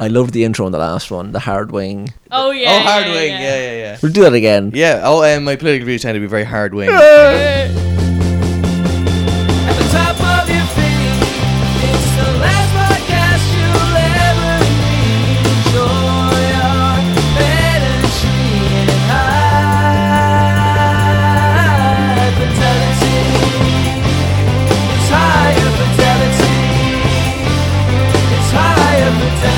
I loved the intro on the last one, the hard wing. Oh yeah. oh, yeah, hard yeah, wing. yeah. Yeah, yeah, yeah. We'll do that again. Yeah. Oh, and my political views tend to be very hard wing. At the top of your feed, it's the last podcast you'll ever need. Enjoy our energy and high fidelity. It's higher fidelity. It's higher fidelity.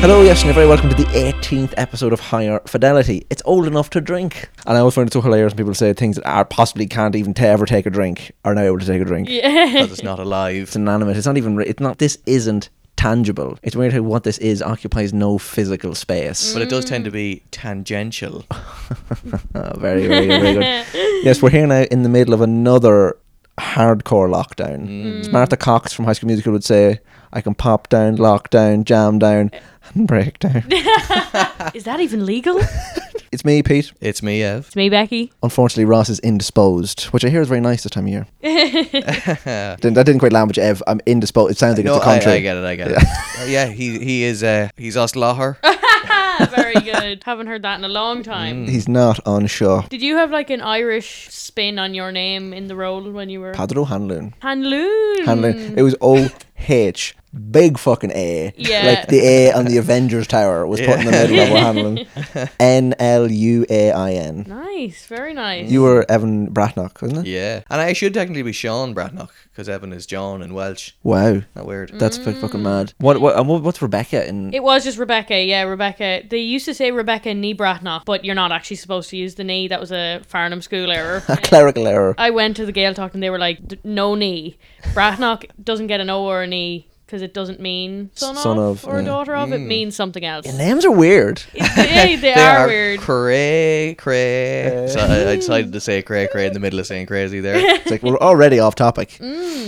Hello, yes, and you're very welcome to the 18th episode of Higher Fidelity. It's old enough to drink. And I always find it so hilarious when people say things that are possibly can't even ta ever take a drink are now able to take a drink. Yeah. Because it's not alive. It's inanimate. It's not even, re- it's not, this isn't tangible. It's weird how what this is occupies no physical space. But it does Mm. tend to be tangential. Oh, very, very, very good. yes, we're here now in the middle of another hardcore lockdown. Martha Cox from High School Musical would say, I can pop down, lock down, jam down, and break down. Is that even legal? it's it's me, Pete. It's me, Ev. me, Becky. Unfortunately, Ross is indisposed, which I hear is very nice this time of year. Didn't- that didn't quite land with you, Ev. I'm indisposed. It sounds like No, it's the I, contrary. I get it. I get it. Uh, yeah, he he is. Uh, he's Oslaher. Ah, Very good. Haven't heard that in a long time. He's not on show. Did you have like an Irish spin on your name in the role when you were Padro Hanlon. Hanloon? Hanlon. It was O H. Big fucking A. Yeah. Like the A on the Avengers Tower was put in the middle of Hanlon. N L U A I N. Nice, very nice. You were Evan Bratnock, wasn't it? Yeah, and I should technically be Sean Bratnock because Evan is John in Welsh. Wow. Not Mm. weird. That's fu- fucking mad. What, what, and what what's Rebecca in? Hmm. it was just Rebecca, yeah, Rebecca. They used to say Rebecca Bratnock, but you're not actually supposed to use the knee. That was a Farnham school error. a clerical error. I went to the Gaeltacht and they were like, "D- no knee. Bratnock doesn't get an O or an E because it doesn't mean son, Son of, of, or yeah. Mm. daughter of. It means something else. The Names are weird. they, they are, weird. Cray, cray. So I, I decided to say cray, cray in the middle of saying crazy there. It's like we're already off topic.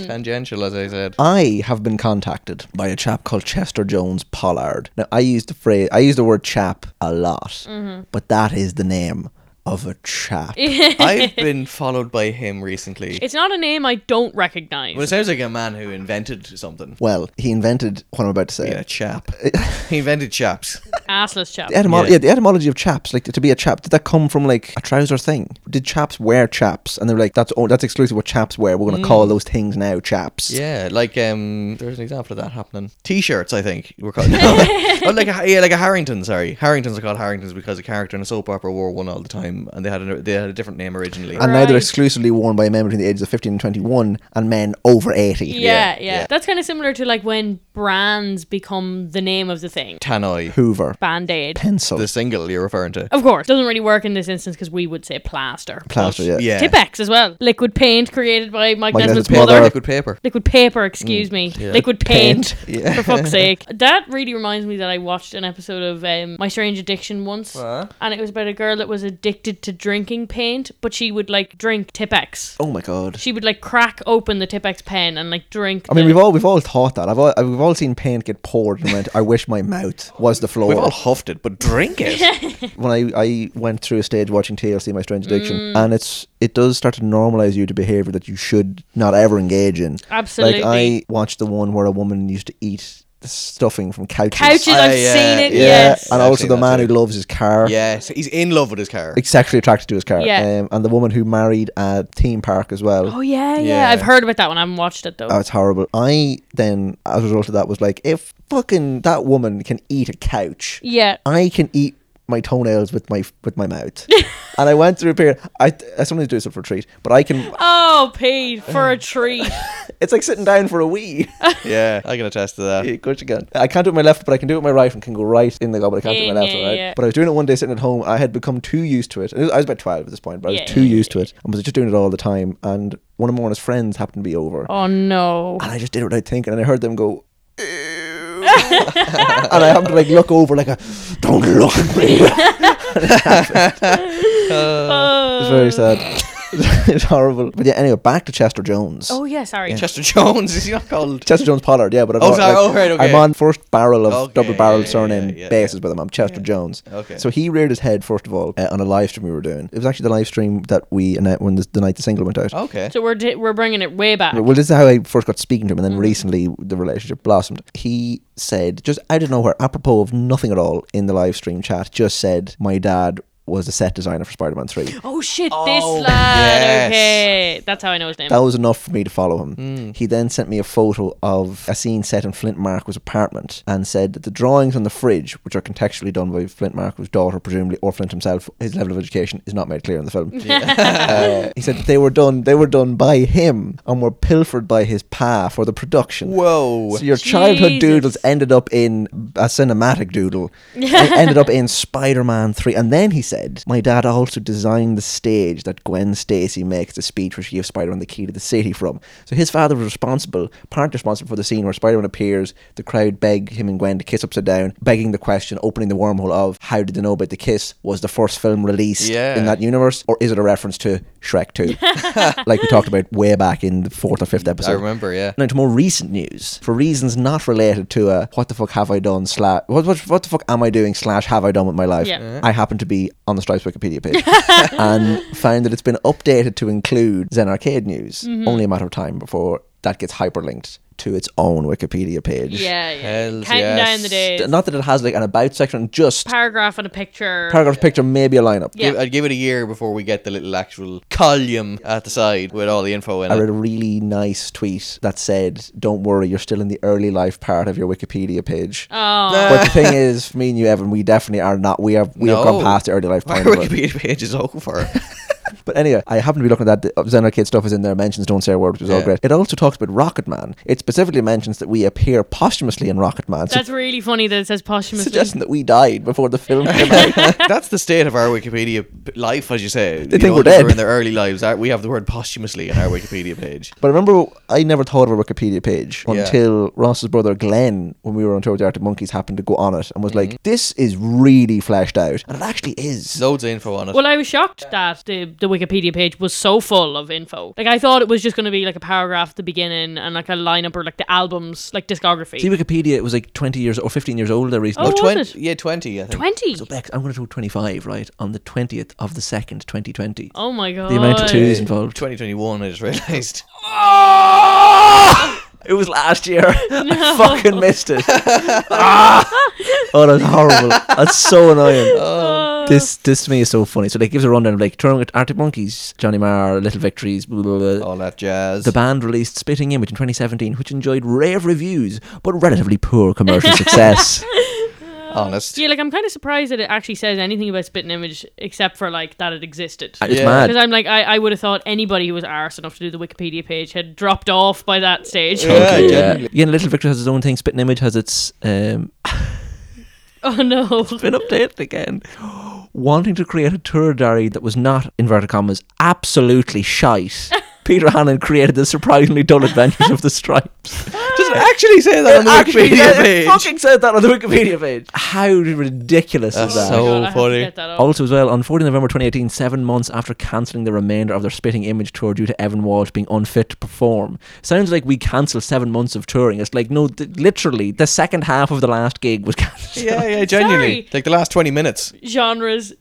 Tangential, as I said. I have been contacted by a chap called Chester Jones Pollard. Now, I use the phrase, I use the word chap a lot, Mm-hmm. but that is the name of a chap. I've been followed by him recently. It's not a name I don't recognize. Well, it sounds like a man who invented something. Well, he invented what I'm about to say. Yeah, chap. he invented chaps. Assless chap. The etymology, Yeah. yeah. the etymology of chaps, like to be a chap, did that come from like a trouser thing? Did chaps wear chaps? And they're like, that's oh, that's exclusive what chaps wear. We're going to Mm. call those things now chaps. Yeah, like um, there's an example of that happening. T-shirts, I think we're called. No, but like a, yeah, like a Harrington. Sorry, Harringtons are called Harringtons because a character in a soap opera wore one all the time, and they had a, they had a different name originally. And now Right. they're exclusively worn by men between the ages of 15 and 21 and men over 80. yeah, yeah, yeah. That's kind of similar to like when brands become the name of the thing. Tannoy, Hoover. Band aid. Pencil. the single you're referring to. Of course. Doesn't really work in this instance because we would say plaster. plaster, yeah. Oh, Yeah, Tipex as well. Liquid paint created by Mike Mike, Nesmith's Nesmith's mother. mother. liquid paper. Liquid paper, excuse me. Liquid paint. For fuck's sake. That really reminds me that I watched an episode of um, My Strange Addiction once. And it was about a girl that was addicted to drinking paint, but she would like drink Tipex. Oh my God. She would like crack open the Tipex pen and like drink. I mean, the- we've all we've all thought that. I've all, we've all seen paint get poured and went. I wish my mouth was the floor. We've all huffed it, but drink it. when I, I went through a stage watching TLC, My Strange Addiction, Mm. and it's it does start to normalize you to behavior that you should not ever engage in. Absolutely. Like I watched the one where a woman used to eat the stuffing from couches. Couches, I, I've uh, seen it, yeah. yes. and I've also seen the that man who too. loves his car. Yes, he's in love with his car. Like sexually attracted to his car. Yeah. Um, and the woman who married a theme park as well. Oh yeah, yeah, Yeah. I've heard about that one. I haven't watched it though. Oh, it's horrible. I then, as a result of that, was like, if fucking that woman can eat a couch, yeah. I can eat my toenails with my with my mouth. and I went through a period. I I sometimes do this for a treat, but I can. Oh, Pete, for a treat. It's like sitting down for a wee. Yeah, I can attest to that. of course you can. I can't do it with my left, but I can do it with my right, and can go right in the gob. But I can't do it with my Yeah, left or yeah, right. yeah. But I was doing it one day sitting at home. I had become too used to it. I was I was about twelve at this point, but I was Yeah, too yeah, used to it. I was just doing it all the time. And one of my his friends happened to be over, Oh no. and I just did it without thinking, and I heard them go. "Ew." and I happened to like look over like a don't look at me. It's Oh. Uh, very sad. it's horrible. But yeah, anyway, back to Chester Jones. Oh yeah, sorry. Chester Jones is he not called? Chester Jones Pollard, yeah, but I've Oh, al- sorry, oh, right, okay. I'm on first barrel of Okay, double barrel yeah, yeah, surname yeah, yeah, bases yeah. with him. I'm Chester Jones. Okay. So he reared his head first of all uh, on a live stream we were doing. It was actually the live stream that we annou- when the, the night the single went out. Okay. So we're di- we're bringing it way back. Well, this is how I first got speaking to him, and Mm-hmm. then recently the relationship blossomed. He said, just out of nowhere, apropos of nothing at all in the live stream chat, just said, My dad was the set designer for Spider Man 3. Oh shit, this Oh, yes. lad. Okay, that's how I know his name. That was enough for me to follow him. He then sent me a photo of a scene set in Flint Marco's apartment and said that the drawings on the fridge, which are contextually done by Flint Marco's daughter, presumably, or Flint himself, his level of education is not made clear in the film. Uh, he said that they were done they were done by him and were pilfered by his pa for the production. Whoa. So your childhood Jesus. doodles ended up in a cinematic doodle. It ended up in Spider-Man 3. And then he said, my dad also designed the stage that Gwen Stacy makes the speech where she gives Spider-Man the key to the city from. So his father was responsible, partly responsible for the scene where Spider-Man appears, the crowd beg him and Gwen to kiss upside down, begging the question, opening the wormhole of, how did they know about the kiss? Was the first film released Yeah. in that universe? Or is it a reference to Shrek 2? like we talked about way back in the fourth or fifth episode. I remember. Yeah. Now to more recent news, for reasons not related to uh, what the fuck have I done slash what, what what the fuck am I doing slash have I done with my life? Yeah. Yeah. I happen to be on the Stripes Wikipedia page and found that it's been updated to include Zen Arcade news. Mm-hmm. Only a matter of time before that gets hyperlinked to its own Wikipedia page. yeah, yeah. Hells Counting yes. down the days. Not that it has like an about section, just Paragraph and a picture. paragraph, picture, maybe a lineup. Yeah. Give- I'd give it a year before we get the little actual column at the side with all the info in I it. read a really nice tweet that said, "Don't worry, you're still in the early life part of your Wikipedia page." oh, but the thing is, for me and you, Evan, we definitely are not. We have we have gone No. past the early life Our point. of it. Wikipedia page is over. But anyway, I happen to be looking at that. The Zen Arcade stuff is in there. Mentions don't say a word, which is all Yeah. great. It also talks about Rocket Man. It specifically mentions that we appear posthumously in Rocket Man, su- that's really funny that it says posthumously. suggesting that we died before the film came out. That's the state of our Wikipedia p- life, as you say. They you think know, we're people dead. in their early lives. Our- We have the word posthumously in our Wikipedia page. But I remember I never thought of a Wikipedia page Yeah. until Ross's brother Glenn, when we were on tour with the Arctic Monkeys, happened to go on it and was like, Mm-hmm. "This is really fleshed out," and it actually is. Loads of info on it. Well, I was shocked that the, the Wikipedia page was so full of info. Like, I thought it was just going to be like a paragraph at the beginning and like a lineup or like the albums, like discography. See, Wikipedia it was like twenty years or fifteen years old there recently. Oh, was Twen- it? Yeah, 20, I think. 20. So Bex, I'm going to do 25, right? On the 20th of the 2nd, 2020. Oh my god. the amount of twos involved. 2021, I just realised. It was last year. I fucking missed it. Ah! Oh, that's horrible. That's so annoying. This this to me is so funny. So they gives a rundown of like Toronto Arctic Monkeys, Johnny Marr, Little Victories, blah blah blah. All that jazz. The band released Spitting Image in 2017, which enjoyed rave reviews but relatively poor commercial success. Honest. Oh, Yeah, like I'm kind of surprised that it actually says anything about Spit and Image except for like that it existed. It's Yeah. mad. Because I'm like, I, I would have thought anybody who was arse enough to do the Wikipedia page had dropped off by that stage. Yeah, Okay, genuinely. Yeah, Little Victor has his own thing. Spitting Image has its um, oh no. been updated again. Wanting to create a tour diary that was not, inverted commas, absolutely shite. Peter Hannon created the surprisingly dull adventures of the stripes. Does it actually say that on the Actually, Wikipedia it page? fucking said that on the Wikipedia page. How ridiculous That's is that? so Oh my God, I have to funny. get that up. Also, as well, on 40 November 2018, seven months after cancelling the remainder of their Spitting Image tour due to Evan Walsh being unfit to perform. Sounds like we cancelled seven months of touring. It's like, no, th- literally, the second half of the last gig was cancelled. Yeah, yeah, genuinely. Sorry. Like the last 20 minutes. Genres,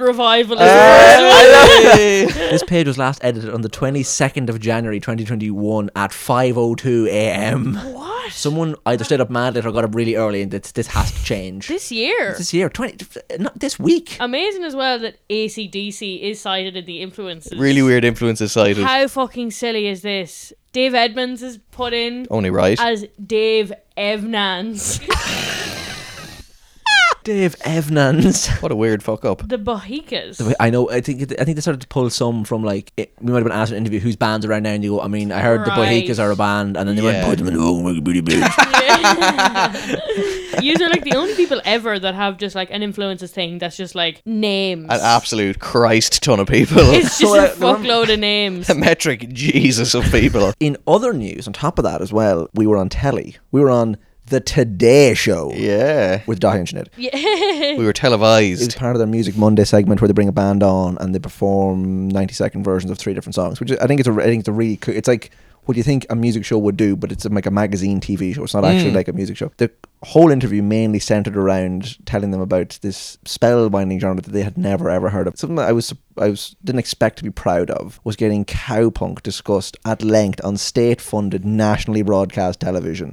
revival. This page was last edited on the 22nd of January 2021 at 5:02 a.m. what? Someone either stayed up mad late or got up really early, and this, this has to change. this Uh. year. This year, 20, not this week. Amazing as well that ACDC is cited in the influences. really weird influences cited. How fucking silly is this? Dave Edmonds is put in Only right. as Dave Evnans. Dave Evnans. what a weird fuck up. the Bohicas. I know. I think I think they started to pull some from like it, we might have been asked in an interview whose bands around now, and you go, I mean, I heard Right. the Bohicas are a band, and then they Yeah. went put them in the wrong Wikipedia page. Yous are like the only people ever that have just like an influences thing that's just like names. An absolute Christ ton of people. It's just Well, a I remember- fuckload of names. a metric Jesus of people. in other news, on top of that as well, we were on telly. We were on The Today Show Yeah. with Dahi and Sinead. Yeah. We were It's televised. part of their Music Monday segment where they bring a band on and they perform 90 second versions of three different songs, which I think it's a, I think it's a really cool, it's like what you think a music show would do, but it's like a magazine TV show. It's not actually like a music show. The whole interview mainly centered around telling them about this spellbinding genre that they had never ever heard of. Something that I was I was didn't expect to be proud of was getting cowpunk discussed at length on state-funded, nationally broadcast television.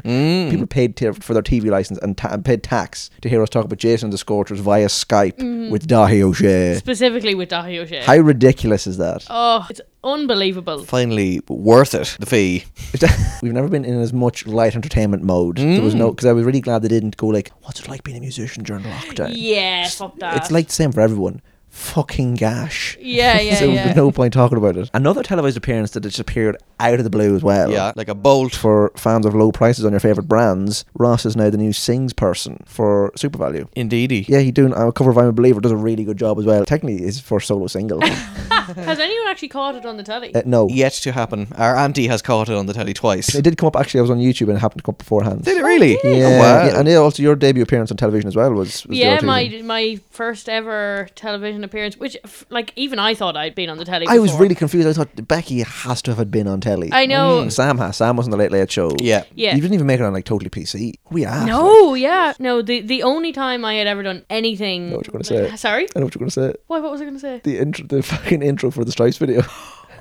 People paid ta- for their TV license and, ta- and paid tax to hear us talk about Jason the Scorchers via Skype with Dahi O'Shea. Specifically with Dahi O'Shea. How ridiculous is that? oh, it's unbelievable. Finally, worth it. The fee. We've never been in as much light entertainment mode. There was no because I was really glad they didn't go like, "What's it like being a musician during lockdown?" Yeah, fuck that. It's like the same for everyone. Fucking gash. Yeah, yeah, so yeah. there's no point talking about it. Another televised appearance that just appeared out of the blue as well. Yeah, like a bolt. For fans of low prices on your favorite brands, Ross is now the new sings person for Super Value. Indeedy. Yeah, he doing a cover of "I'm a Believer" does a really good job as well. Technically, his first solo single. uh, Has anyone actually caught it on the telly? no, Yet to happen. Our auntie has caught it on the telly twice. it did come up. Actually, I was on YouTube and it happened to come up beforehand. Did it really? Yeah, Oh, wow. yeah, and yeah, also your debut appearance on television as well was, was yeah, the O2 my thing. my first ever television appearance, which f- like even I thought I'd been on the telly. I was before. really confused. I thought Becky has to have been on telly. I know. Sam has. Sam was on the Late Late Show. Mm. Yeah. Yeah. You didn't even make it on like Totally PC. What are we at? Like, No, yeah, no. The the only time I had ever done anything. know what you're gonna say. Sorry. I know what you're gonna say. Why? What was I gonna say? The intro, the fucking intro for the Stripes video.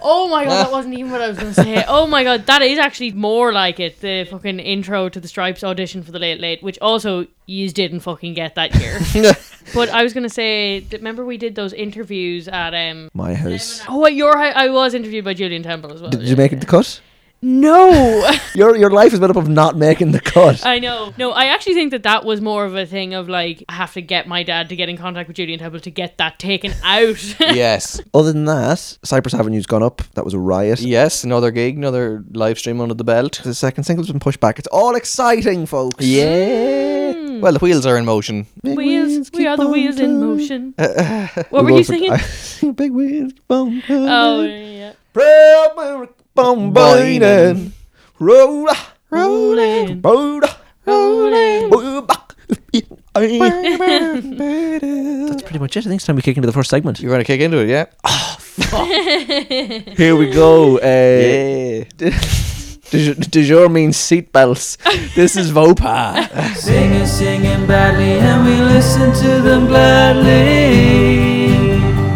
Oh my god, that wasn't even what I was gonna say. Oh my god, that is actually more like it. The fucking intro to the Stripes audition for the Late Late, which also you didn't fucking get that year. but I was gonna say, that- remember we did those interviews at um. My house. Oh, at your hou- I was interviewed by Julian Temple as well. Did you make it the cut? No. Your your life is made up of not making the cut. I know. No, I actually think that that was more of a thing of like, I have to get my dad to get in contact with Julian Temple to get that taken out. yes. Other than that, Cypress Avenue's gone up. That was a riot. Yes. Another gig. Another live stream under the belt. The second single's been pushed back. It's all exciting, folks. Yeah. Hmm. Well, the wheels are in motion. Big wheels, we keep are the on wheels in turning. motion. what were you Lord, but singing? I sing big wheels keep on turning. oh, yeah. Rubber bombing, Boining. roll, Rolling. roll, Rolling. roll. That's pretty much it. I think it's time we kick into the first segment. You're going to kick into it, yeah? Here we go. Uh, Yeah. du- Du jour means seatbelts. This is Vopa. Singers singing badly, and we listen to them gladly.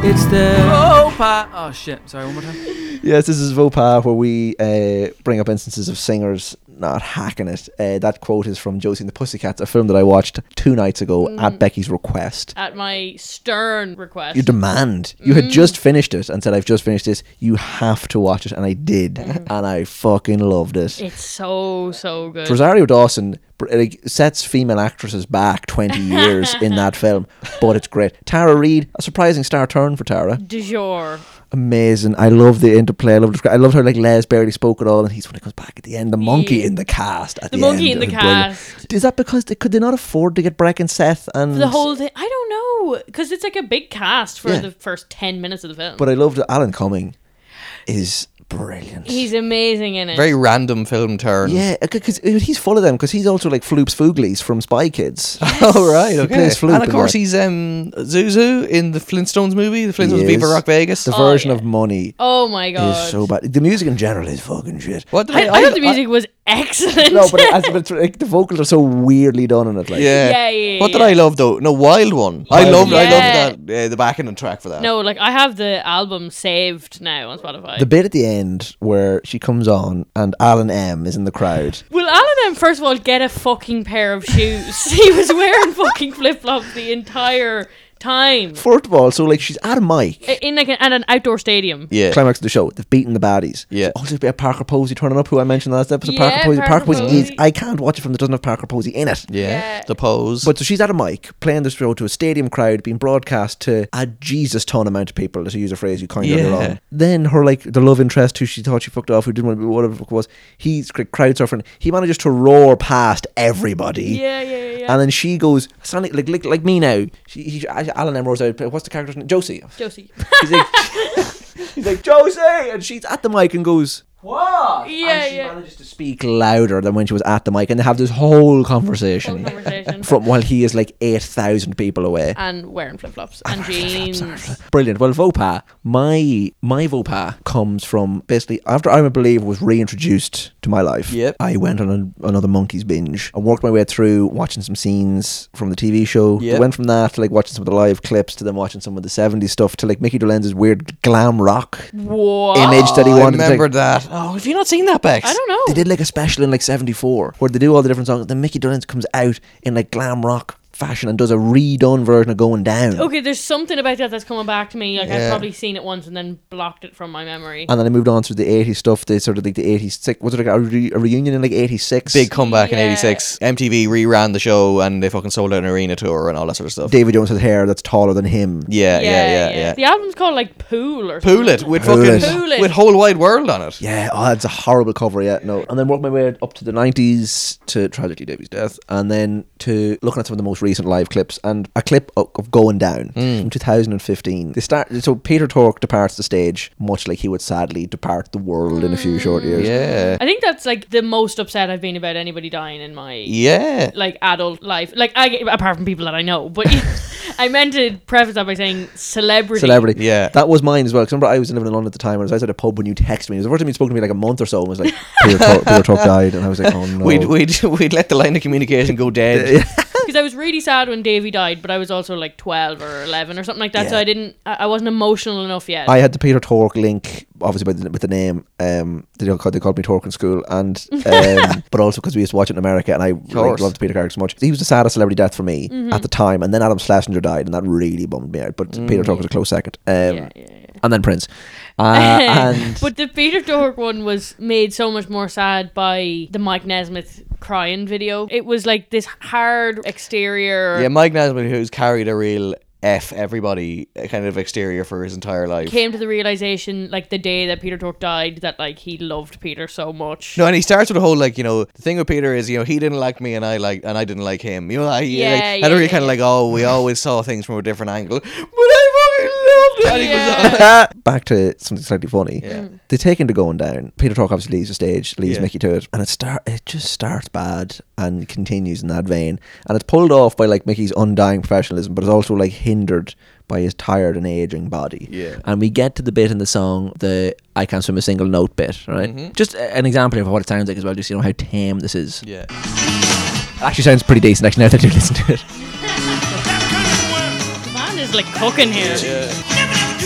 It's the Opa. Oh shit! Sorry, one more time. yes, this is Vopa, where we uh, bring up instances of singers not hacking it. Uh, that quote is from Josie and the Pussycats, a film that I watched two nights ago Mm. at Becky's request. At my stern request. your demand. You Mm. had just finished it and said, I've just finished this. You have to watch it. And I did. And I fucking loved it. it's so, so good. Rosario Dawson br- like, sets female actresses back 20 years in that film, but it's great. Tara Reid, a surprising star turn for Tara. Du jour. Amazing. I love the interplay. I love, the, I love how like Les barely spoke at all, and he's when it comes back at the end. The monkey Yeah. in the cast. At the, The monkey end in the is brilliant. cast. Is that because they could they not afford to get Breck and Seth and The whole thing. I don't know. Because it's like a big cast for Yeah. the first 10 minutes of the film. But I loved that Alan Cumming is brilliant. He's amazing in it. Very random film turn. Yeah, because he's full of them because he's also like Floops Fooglies from Spy Kids. Oh right, He okay. plays flute and of in course that. he's um Zuzu in the Flintstones movie, the Flintstones He Viva is. Rock Vegas. The Oh, version yeah. of Money oh my god. is so bad. The music in general is fucking shit. what did I, I thought the music was excellent. No, but, it, as- but it's, like, the vocals are so weirdly done in it. Like, yeah. Yeah, yeah, What did yeah. I love though? No, Wild One. I love I Yeah. love that uh, the backing track for that. No, like I have the album saved now on Spotify. The bit at the end where she comes on and Alan M is in the crowd. Will Alan M first of all get a fucking pair of shoes? he was wearing fucking flip flops the entire time First of all, so like she's at a mic. I- in like an, at an outdoor stadium. Eh. Yeah. Climax of the show, they've beaten the baddies. Yeah. There's also a bit of Parker Posey turning up, who I mentioned last episode. Yeah, Parker Posey. Parker Parker Posey is. Posey. I can't watch a film that doesn't have Parker Posey in it. yeah. Yeah. The pose. But so she's at a mic playing this show to a stadium crowd, being broadcast to a Jesus ton amount of people, to use a phrase you coined earlier Yeah. on. Then her like the love interest who she thought she fucked off, who didn't want to be whatever the fuck it was, he's cr- crowd surfing. He manages to roar past everybody. Yeah, yeah, yeah, yeah. And then she goes, sounding like, like like me now. She, he, Alan M roars out, "What's the character's name? Josie." Josie. He's like, he's like Josie, and she's at the mic and goes, What? Yeah, and she yeah. manages to speak louder than when she was at the mic, and they have this whole conversation, Whole conversation. from while he is like eight thousand people away. Uh, and wearing flip flops and jeans. Brilliant. Well, Vopa, my my Vopa comes from basically after I'm a believer was reintroduced to my life. Yep. I went on a, another monkeys binge. I worked my way through watching some scenes from the TV show. Yep. I went from that to like watching some of the live clips to then watching some of the 70s stuff to like Mickey Dolenz's weird glam rock What? image that he Oh, I wanted. to take- remember that. Oh, have you not seen that, Bex? I don't They know. did like a special in like '74 where they do all the different songs. Then Mickey Dolenz comes out in like glam rock fashion and does a redone version of "Going Oh, Down." Okay, there's something about that that's coming back to me. Like Yeah. I've probably seen it once and then blocked it from my memory. And then I moved on through the 80s stuff. They sort of like the 80s. Like, was it like a, re- a reunion in like 86? Big comeback in Yeah. '86. MTV reran the show, and they fucking sold out an arena tour and all that sort of stuff. David Jones has hair that's taller than him. yeah, yeah, yeah, yeah. The album's called like Pool or Pool it something. with Pool fucking it. Pool it. with whole wide world on it. Yeah, oh, that's a horrible cover. Yeah, no. And then worked my way up to the 90s to tragically Davy's death, and then to looking at some of the most recent live clips and a clip of, of Going Down Mm. from 2015. They start so Peter Tork departs the stage, much like he would sadly depart the world in a few short years. Yeah, I think that's like the most upset I've been about anybody dying in my yeah. like adult life. Like I, apart from people that I know, but I meant to preface that by saying celebrity. Celebrity. Yeah. That was mine as well. Because remember, I was living in London at the time, and I was outside a pub when you texted me. It was the first time you'd spoken to me in, like a month or so, and was like, Peter Tork, Peter Tork died. And I was like, oh no. We'd, we'd, we'd let the line of communication go dead. Because I was really sad when Davey died, but I was also like twelve or eleven or something like that, so Yeah. I didn't. I, I wasn't emotional enough yet. I had the Peter Tork link, obviously with the, with the name. Um, they, don't call, they called me Tork in school, and um, but also because we used to watch it in America, and I like, course. loved Peter Carrick so much. He was the saddest celebrity death for me at the time, and then Adam Schlesinger died, and that really bummed me out. But Peter Tork was a close second, um, yeah, yeah, yeah. and then Prince, uh, and but the Peter Dork one was made so much more sad by the Mike Nesmith crying video. It was like this hard exterior. yeah, Mike Nesmith, who's carried a real F everybody uh, kind of exterior for his entire life. Came to the realization, like the day that Peter Dork died, that like he loved Peter so much. No, and he starts with a whole like you know the thing with Peter is you know he didn't like me and I like and I didn't like him. You know, I, Yeah, like, yeah, I don't really yeah, kind of yeah. like oh we always saw things from a different angle, but I fucking loved it. And he was, Yeah. back to something slightly funny. Yeah. They take into going down. Peter Talk obviously leaves the stage, leaves Yeah. Mickey to it, and it start it just starts bad and continues in that vein. And it's pulled off by like Mickey's undying professionalism, but it's also like hindered by his tired and aging body. Yeah. And we get to the bit in the song, the I can't swim a single note bit, right? Just a- an example of what it sounds like as well, just you know how tame this is. Mm-hmm. It yeah. actually sounds pretty decent actually now that you listen to it. The man is like cooking here.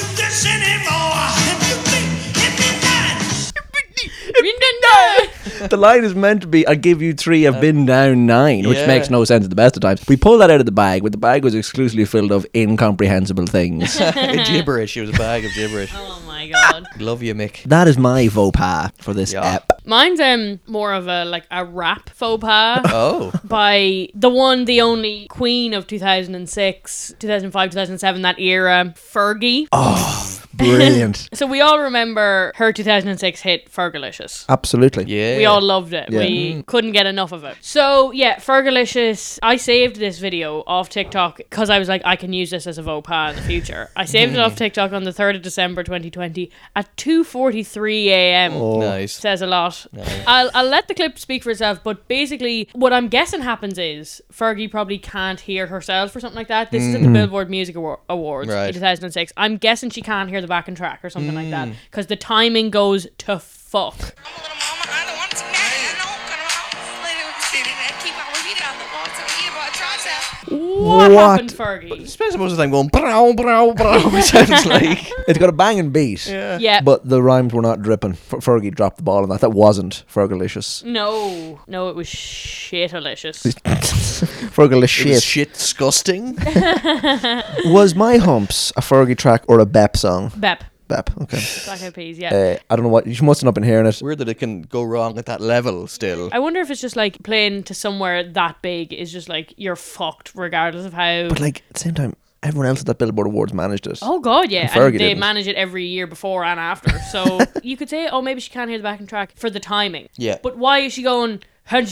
the line is meant to be I give you three, I've been down nine, which yeah. makes no sense at the best of times. We pulled that out of the bag, but the bag was exclusively filled of incomprehensible things. "Oh." gibberish. It was a bag of gibberish. oh my god. Love you, Mick. that is my faux pas for this Yeah. ep. Mine's um more of a like a rap faux pas. Oh, by the one, the only queen of 2006, 2005, 2007, that era, Fergie. Brilliant. So we all remember her 2006 hit, Fergalicious. Absolutely. yeah. Mm. We all loved it. Yeah. We couldn't get enough of it. So yeah, Fergalicious. I saved this video off TikTok because I was like, I can use this as a VOPA in the future. I saved it Mm. off TikTok on the third of December, 2020, at 2:43 a.m. Oh. nice. Says a lot. I'll, I'll let the clip speak for itself, but basically, what I'm guessing happens is Fergie probably can't hear herself or something like that. This is at the Billboard Music Awar- Awards Mm. Right. in 2006. I'm guessing she can't hear the backing track or something like Mm. that because the timing goes to fuck. What, What? happened, Fergie? Spends most of the time going brow brow brow. It sounds like It's got a banging beat. Yeah. Yeah. But the rhymes were not dripping. F- Fergie dropped the ball on that. That wasn't Fergalicious. no, no, it was shitalicious. it was Fergalicious. shit disgusting. was My Humps a Fergie track or a Bep song? Bep, Bep, okay. Black Eyed Peas, yeah. Uh, I don't know what, you must have not been hearing it. Weird that it can go wrong at that level. Still, I wonder if it's just like playing to somewhere that big is just like you're fucked regardless of how. But like, at the same time, everyone else at that Billboard Awards managed it. Oh God, yeah, and, Fergie they didn't. manage it every year before and after. So you could say, oh, maybe she can't hear the backing track for the timing. Yeah. But why is she going? and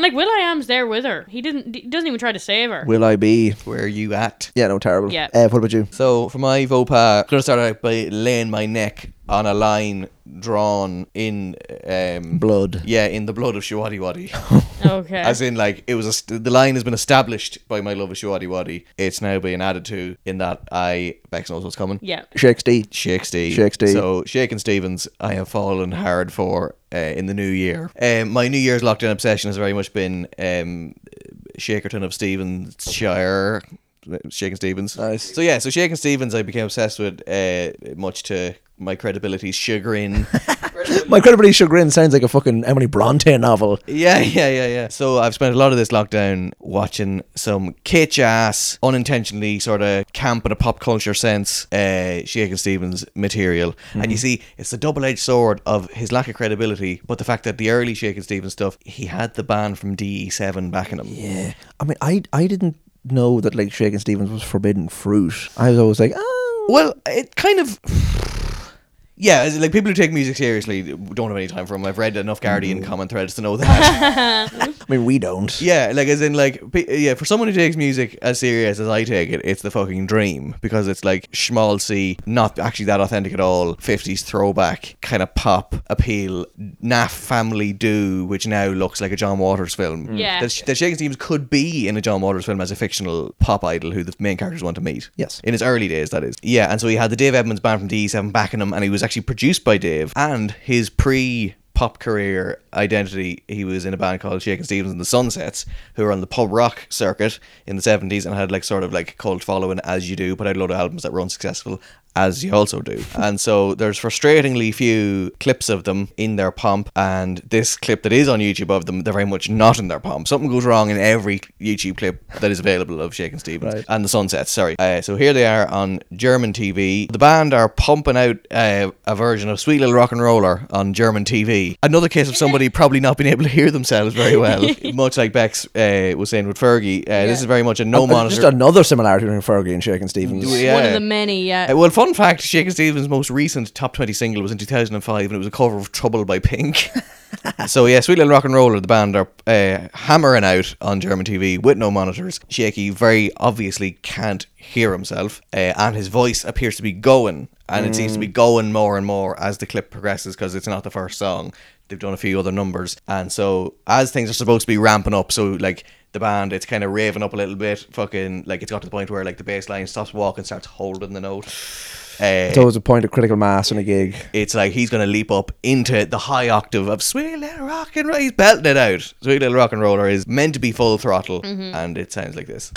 like Will I Am's there with her. He didn't. He doesn't even try to save her. Will I be? where are you at? Yeah, no, terrible. Yeah. Uh, what about you? So for my Vopa, I'm gonna start out by laying my neck on a line drawn in um, Blood. Yeah, in the blood of Shiwadi Wadi. Okay. As in, like it was a st- the line has been established by my love of Shiwadi Wadi. It's now being added to in that I Bex knows what's coming. yeah. Shakes D. Shake Steve. Shake Steve. So Shake and Stevens, I have fallen hard for uh, in the new year. Um, my New Year's lockdown obsession has very much been um, Shakerton of Stevensshire. Shake and Stevens. Nice. So yeah, so Shake and Stevens, I became obsessed with, uh, much to my credibility's chagrin. My credibility chagrin sounds like a fucking Emily Bronte novel. Yeah, yeah, yeah, yeah. So I've spent a lot of this lockdown watching some kitsch ass, unintentionally sort of camp in a pop culture sense, uh, Shake and Stevens material. And you see, it's the double edged sword of his lack of credibility, but the fact that the early Shake and Stevens stuff, he had the ban from DE7 backing him. Yeah. I mean, I I didn't know that like Shaking Stevens was forbidden fruit. I was always like, oh. Well, it kind of. Yeah, it's like people who take music seriously don't have any time for him. I've read enough Guardian comment threads to know that. I mean, we don't. Yeah, like as in like pe- yeah, for someone who takes music as serious as I take it, it's the fucking dream because it's like schmaltzy, not actually that authentic at all, 50s throwback kind of pop appeal, naff family do, which now looks like a John Waters film. Yeah. That, sh- that Shaking Stevens could be in a John Waters film as a fictional pop idol who the main characters want to meet. Yes. In his early days, that is. Yeah, and so he had the Dave Edmonds band from DE7 backing him, and he was actually produced by Dave. And his pre pop career identity, he was in a band called Shakin' Stevens and the Sunsets, who were on the pub rock circuit in the 70s and had like sort of like cult following as you do, put out a load of albums that were unsuccessful. As you also do. And so there's frustratingly few clips of them in their pomp. And this clip that is on YouTube of them, they're very much not in their pomp. Something goes wrong in every YouTube clip that is available of Shakin' Stevens Right. and the Sunsets. Sorry. Uh, so here they are on German TV. The band are pumping out uh, a version of Sweet Little Rock and Roller on German TV. Another case of somebody probably not being able to hear themselves very well, much like Bex uh, was saying with Fergie. Uh, This is very much a no Uh, monitor. Just another similarity between Fergie and Shaking Stevens. Yeah. One of the many, yeah. Uh, well, fun fact: Shakin' Stevens' most recent top twenty single was in two thousand and five, and it was a cover of "Trouble" by Pink. Ah, so yeah, Sweet Little Rock and Roller, the band are uh, hammering out on German TV with no monitors. Shaky very obviously can't hear himself, uh, and his voice appears to be going, and it seems to be going more and more as the clip progresses because it's not the first song. They've done a few other numbers, and so as things are supposed to be ramping up, so like the band, it's kind of raving up a little bit. Fucking like it's got to the point where like the bass line stops walking, starts holding the note. Uh, It's always a point of critical mass in a gig. it's like he's going to leap up into the high octave of Sweet Little Rock and Roll. He's belting it out. Sweet Little Rock and Roller is meant to be full throttle, and it sounds like this.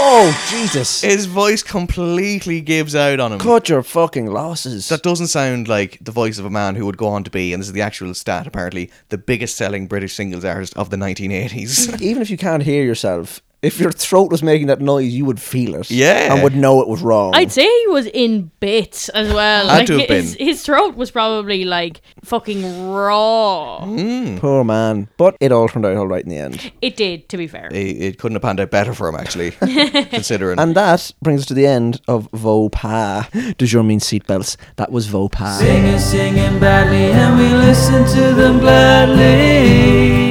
Oh Jesus! His voice completely gives out on him. Cut your fucking losses. That doesn't sound like the voice of a man who would go on to be, and this is the actual stat apparently, the biggest selling British singles artist of the 1980s. Even if you can't hear yourself, if your throat was making that noise, you would feel it. Yeah. and would know it was wrong. I'd say he was in bits as well. Had like to have his, been. his throat was probably like fucking raw. Mm-hmm. Poor man. But it all turned out all right in the end. It did, to be fair. it, it couldn't have panned out better for him, actually, considering. And that brings us to the end of Vaux Pas. Does your mean seatbelts? That was Vaux Pas. Singers singing badly, and we listen to them gladly.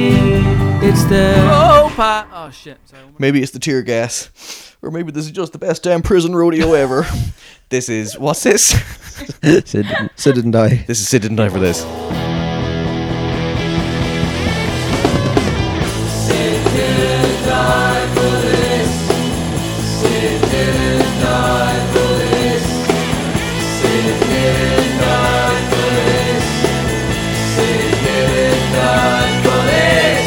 It's the Opa. Oh shit! Sorry. one more- Maybe it's the tear gas. Or maybe this is just the best damn prison rodeo ever. this is. What's this? Sid, didn't- Sid didn't die. This is Sid Didn't Die for This.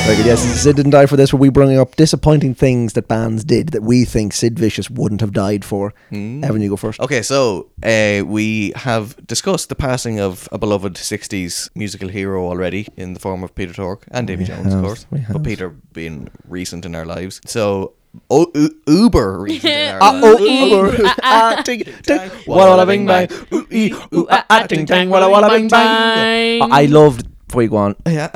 Very good. Yes, Sid didn't die for this. Where we bringing up disappointing things that bands did that we think Sid Vicious wouldn't have died for. Evan, you go first. Okay, so uh, we have discussed the passing of a beloved 60s musical hero already in the form of Peter Tork and Davy Jones, have, of course. we But have. Peter being recent in our lives. So, o- u- uber recent in our lives. Oh, oh, oh, ah, ting, ting, walla, walla, bing, bang. Ooh, ee, ooh, ah, ah, ting, tang, walla, walla, bing, bang. I I loved before you go on. Yeah.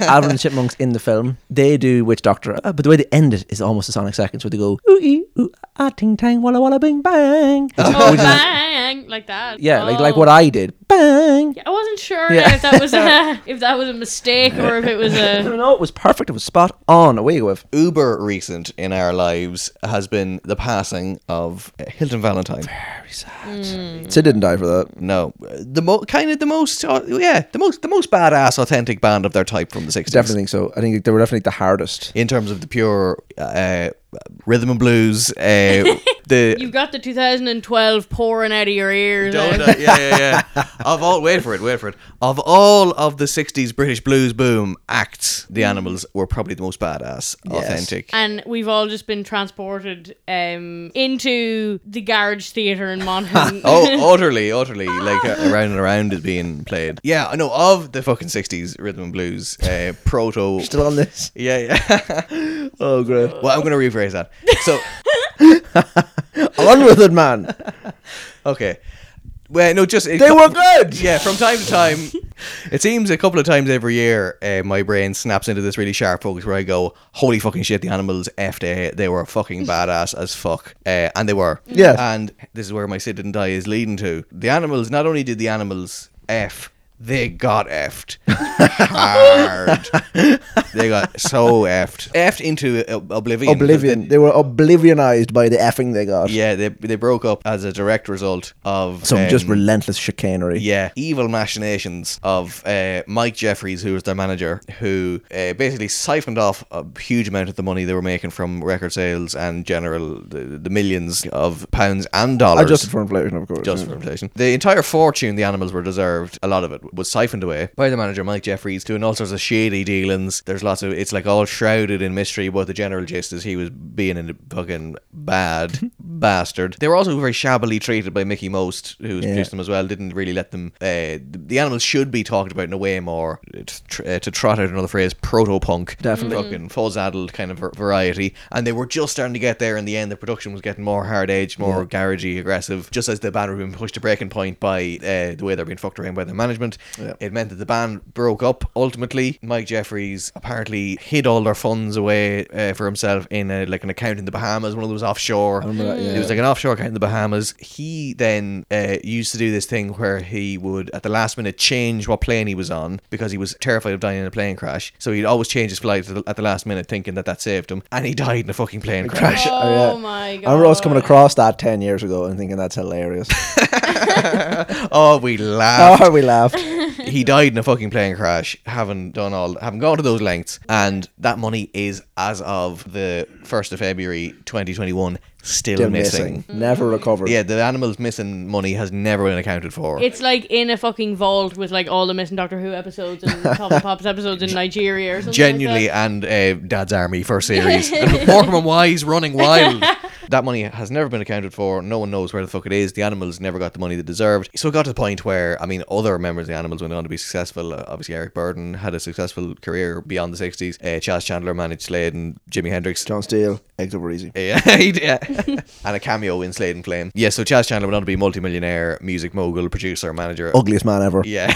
Alvin and the Chipmunks in the film, they do Witch Doctor, uh, but the way they end it is almost the Sonic Seconds, where they go ooh ee, ooh ah ting tang walla walla bing bang. Which is- oh, which is- bang! Like that. yeah, like like Oh. what I did, bang. I wasn't sure Yeah. if that was a, if that was a mistake or if it was a. No, it was perfect. It was spot on. Away you go with. Uber recent in our lives has been the passing of uh, Hilton Valentine. Sid didn't die for that. No, uh, the mo- kind of the most, uh, yeah, the most, the most badass, authentic band of their type from the sixties. Definitely think so. I think they were definitely the hardest. in terms of the pure uh, rhythm and blues. Uh, the You've got the 2012 pouring out of your ears. Don't, eh? uh, yeah, yeah, yeah. Of all, wait for it, wait for it. Of all of the '60s British blues boom acts, the Animals were probably the most badass, authentic. and we've all just been transported um, into the garage theater in Monaghan. Oh, utterly, utterly, like uh, around and around is being played. Yeah, I know of the fucking '60s rhythm and blues uh, proto. Still on this. Yeah, yeah. Oh, great. well, I'm gonna rephrase that. So. on with it, man. Okay. Well, no, just They were good! Yeah, from time to time, it seems a couple of times every year, uh, my brain snaps into this really sharp focus where I go, "Holy fucking shit, the animals effed eh, they were fucking badass as fuck," uh, and they were. Yes. And this is where my sit and die is leading to. The animals. Not only did the animals f, they got effed hard. they got so effed, effed into ob- oblivion. Oblivion. They were oblivionized by the effing they got. Yeah, they, they broke up as a direct result of Some just um, relentless chicanery. yeah, evil machinations of uh, Mike Jeffries, who was their manager, who uh, basically siphoned off a huge amount of the money they were making from record sales and general the, the millions of pounds and dollars. Adjusted for inflation, of course. Just for inflation. The entire fortune the animals were deserved, a lot of it was siphoned away by the manager Mike Jeffries doing all sorts of shady dealings. There's lots of it's like all shrouded in mystery, but the general gist is he was being a fucking bad bastard. They were also very shabbily treated by Mickey Most, who was Yeah. producing them as well. Didn't really let them. Uh, the animals should be talked about in a way more uh, to, tr- uh, to trot out another phrase, proto punk, Definitely. fucking fuzzadled kind of var- variety. And they were just starting to get there. In the end, the production was getting more hard edged, more garagey, aggressive. Just as the band were being pushed to breaking point by uh, the way they're being fucked around by their management, it meant that the band broke up. Ultimately, Mike Jeffries apparently hid all their funds away uh, for himself in a, like an account in the Bahamas, one of those offshore. that, yeah. It was like an offshore account in the Bahamas. He then uh, used to do this thing where he would, at the last minute, change what plane he was on because he was terrified of dying in a plane crash. So he'd always change his flight at the, at the last minute, thinking that that saved him, and he died in a fucking plane crash. Oh, Oh, yeah. my god! I remember us coming across that 10 years ago and thinking that's hilarious. Oh, we laughed. oh, we laughed. he died in a fucking plane crash, having done all, having gone to those lengths, and that money is as of the first of February, twenty twenty one, still Still missing. missing. Never recovered. Yeah, the animals missing money has never been accounted for. It's like in a fucking vault with like all the missing Doctor Who episodes and Top and Pops episodes in Nigeria or something. genuinely like and uh, Dad's Army first series. Morecambe and Wise running wild. That money has never been accounted for. No one knows where the fuck it is. The animals never got the money they deserved. So it got to the point where, I mean, other members of the animals went on to be successful. Uh, obviously, Eric Burden had a successful career beyond the 60s. Uh, Chas Chandler managed Slade and Jimi Hendrix. John Steele, eggs over easy. Yeah, he did, yeah. and a cameo in Slade and Flame. Yeah, so Chas Chandler went on to be multimillionaire, music mogul, producer, manager. Ugliest man ever. Yeah,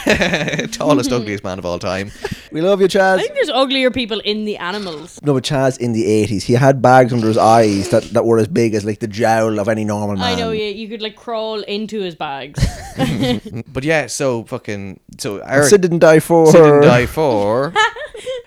tallest, ugliest man of all time. We love you, Chaz. I think there's uglier people in the animals. No, but Chaz in the 80s, he had bags under his eyes that, that were as big as like the jowl of any normal man. I know. Yeah, you could like crawl into his bags. But yeah, so fucking so Eric Sid didn't die for. Sid didn't die for.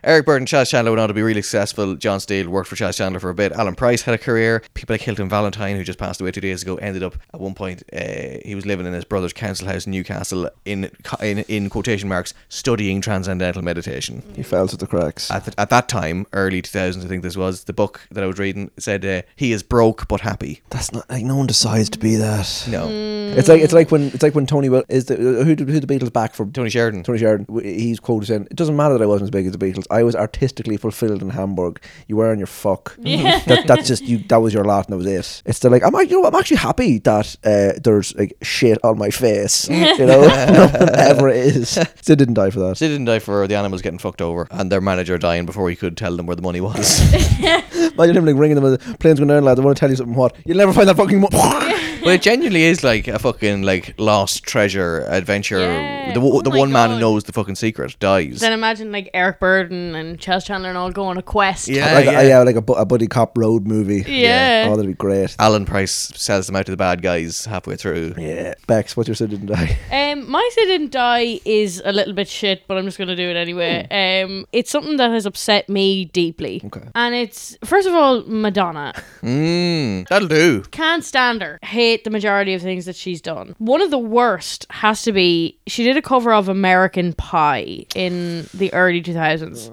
Eric Burton, Chaz Chandler went on to be really successful. John Steele worked for Chaz Chandler for a bit. Alan Price had a career. People like Hilton Valentine, who just passed away two days ago, ended up at one point. Uh, he was living in his brother's council house in Newcastle, in in, in quotation marks, studying transcendental meditation He fell to the cracks. at, the, at that time, early 2000s, I think this was, the book that I was reading said, uh, He is broke but happy. That's not like no one decides to be that. No. It's like it's Mm. like when it's like when Tony Wil- is the who did- who the Beatles back for Tony Sheridan. Tony Sheridan. w- He's quoted saying, "It doesn't matter that I wasn't as big as the Beatles. I was artistically fulfilled in Hamburg. You were in your fuck. Yeah. that, that's just you. That was your lot, and that was it. It's the like I'm. act- You know, what, I'm actually happy that uh, there's like shit on my face. You know, no one ever is. Sid didn't die for that. Sid didn't die for the animals getting fucked over and their manager dying before he could tell them where the money was. uh, Imagine him like ringing them. as the Plane's going down, lads. I want to tell you something. What? You'll never find that fucking. Mo- But it genuinely is like a fucking like lost treasure adventure. Yeah. The, w- Oh the my one man who God. knows the fucking secret dies. Then imagine like Eric Burden and Chess Chandler and all go on a quest. Yeah, like Uh, uh, yeah. yeah, yeah like a, bu- a buddy cop road movie. Yeah. Oh, that'd be great. Alan Price sells them out to the bad guys halfway through. Yeah. Bex, what's your so didn't die? Um, my say didn't die is a little bit shit, but I'm just gonna do it anyway. Um, it's something that has upset me deeply. Okay. And it's first of all Madonna. Mm, that'll do. Can't stand her. Hate the majority of things that she's done. One of the worst has to be she did a cover of American Pie in the early 2000s.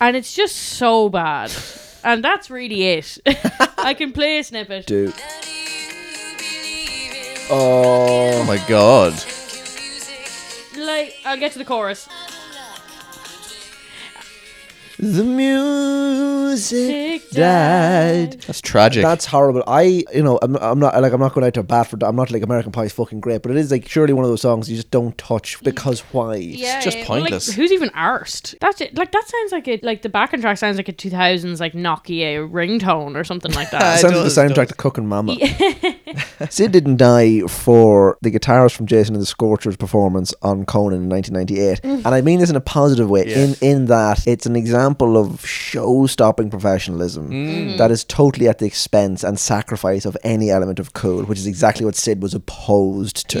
And it's just so bad. And that's really it. I can play a snippet. Do. Oh. Oh my god. Like, I'll get to the chorus. The music Sick died. died. That's tragic. That's horrible. I, you know, I'm, I'm not like I'm not going out to bat for. I'm not like American Pie is fucking great, but it is like surely one of those songs you just don't touch because why? Yeah, just yeah. Well, like, pointless. who's even arsed? That's it. Like that sounds like it. Like the backing track sounds like a 2000s like Nokia ringtone or something like It that. sounds does, like the does. soundtrack to Cooking Mama. Sid didn't die for the guitarist from Jason and the Scorchers performance on Conan in 1998, and I mean this in a positive way. In in that it's an example of show-stopping professionalism that is totally at the expense and sacrifice of any element of cool, which is exactly what Sid was opposed to.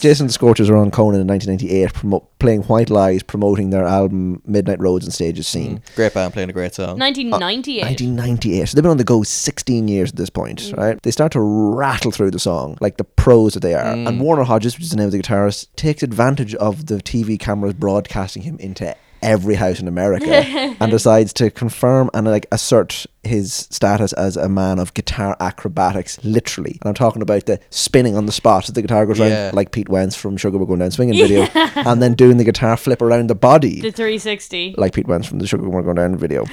Jason and the Scorchers were on Conan in 1998, promo- playing White Lies, promoting their album Midnight Roads and Stages Scene. great band playing a great song. 1998. Uh, 1998. So they've been on the go 16 years at this point, Mm. right? They start to rattle through the song like the pros that they are. Mm. And Warner Hodges, which is the name of the guitarist, takes advantage of the TV cameras broadcasting him into every house in America and decides to confirm and like assert his status as a man of guitar acrobatics literally and I'm talking about the spinning on the spot as the guitar goes Yeah. around like Pete Wentz from Sugar We're Going Down Swinging video and then doing the guitar flip around the body the 360. like Pete Wentz from the Sugar We're Going Down video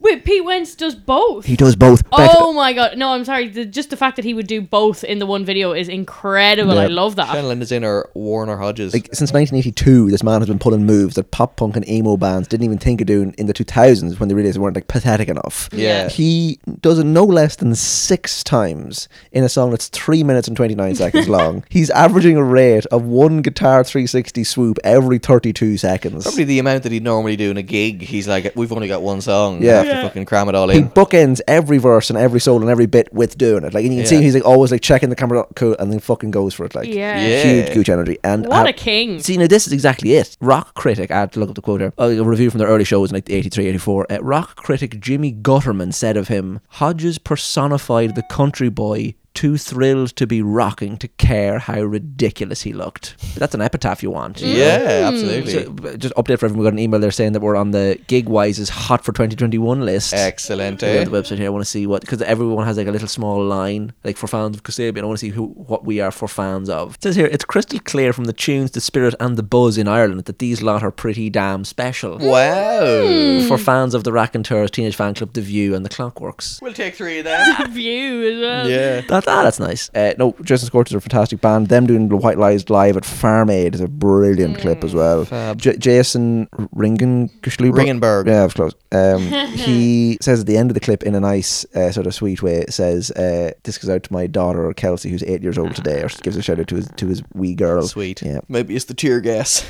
Wait, Pete Wentz does both. he does both Beck, Oh my god! No, I'm sorry. The, just the fact that he would do both in the one video is incredible. I Yeah. love that. Channeling his inner Warner Hodges. like since 1982 this man has been pulling moves that pop punk and emo bands didn't even think of doing in the 2000s when they realized they weren't like pathetic enough Yeah. he does it no less than six times in a song that's three minutes and 29 seconds long he's averaging a rate of one guitar 360 swoop every 32 seconds Probably the amount that he'd normally do in a gig. He's like, we've only got one song. Yeah. I have to fucking cram it all he in. bookends every verse and every solo and every bit with doing it like and you can see Yeah. he's like always like checking the camera cool and then fucking goes for it like Yeah. Yeah. huge gooch energy and What uh, a king. See, now this is exactly it. Rock critic, I had to look up the quote here, uh, a review from the early shows in like 83, 84. Uh, rock critic Jimmy Gutterman said of him, Hodges personified the country boy too thrilled to be rocking to care how ridiculous he looked. That's an epitaph you want. you know? Mm. Yeah, absolutely. So, b- just update for everyone. We got an email there saying that we're on the Gigwise's Hot for 2021 list. Excellent. Go eh? to the website here. I want to see what because everyone has like a little small line like for fans of Kasabian. I want to see who what we are for fans of. It says here it's crystal clear from the tunes, the spirit, and the buzz in Ireland that these lot are pretty damn special. Mm. Wow. For fans of the Raconteurs, Teenage Fan Club, The View, and The Clockworks. We'll take three of them. View as well. yeah. That, ah, that's nice. Uh, no, Jason Scorch is a fantastic band. Them doing the White Lies live at Farm Aid is a brilliant clip as well. J- Jason Ringen Ringenberg. Yeah, I was close. Um, he says at the end of the clip in a nice uh, sort of sweet way says uh, this goes out to my daughter Kelsey who's eight years old today or gives a shout out to his to his wee girl. Sweet. Yeah. Maybe it's the tear gas.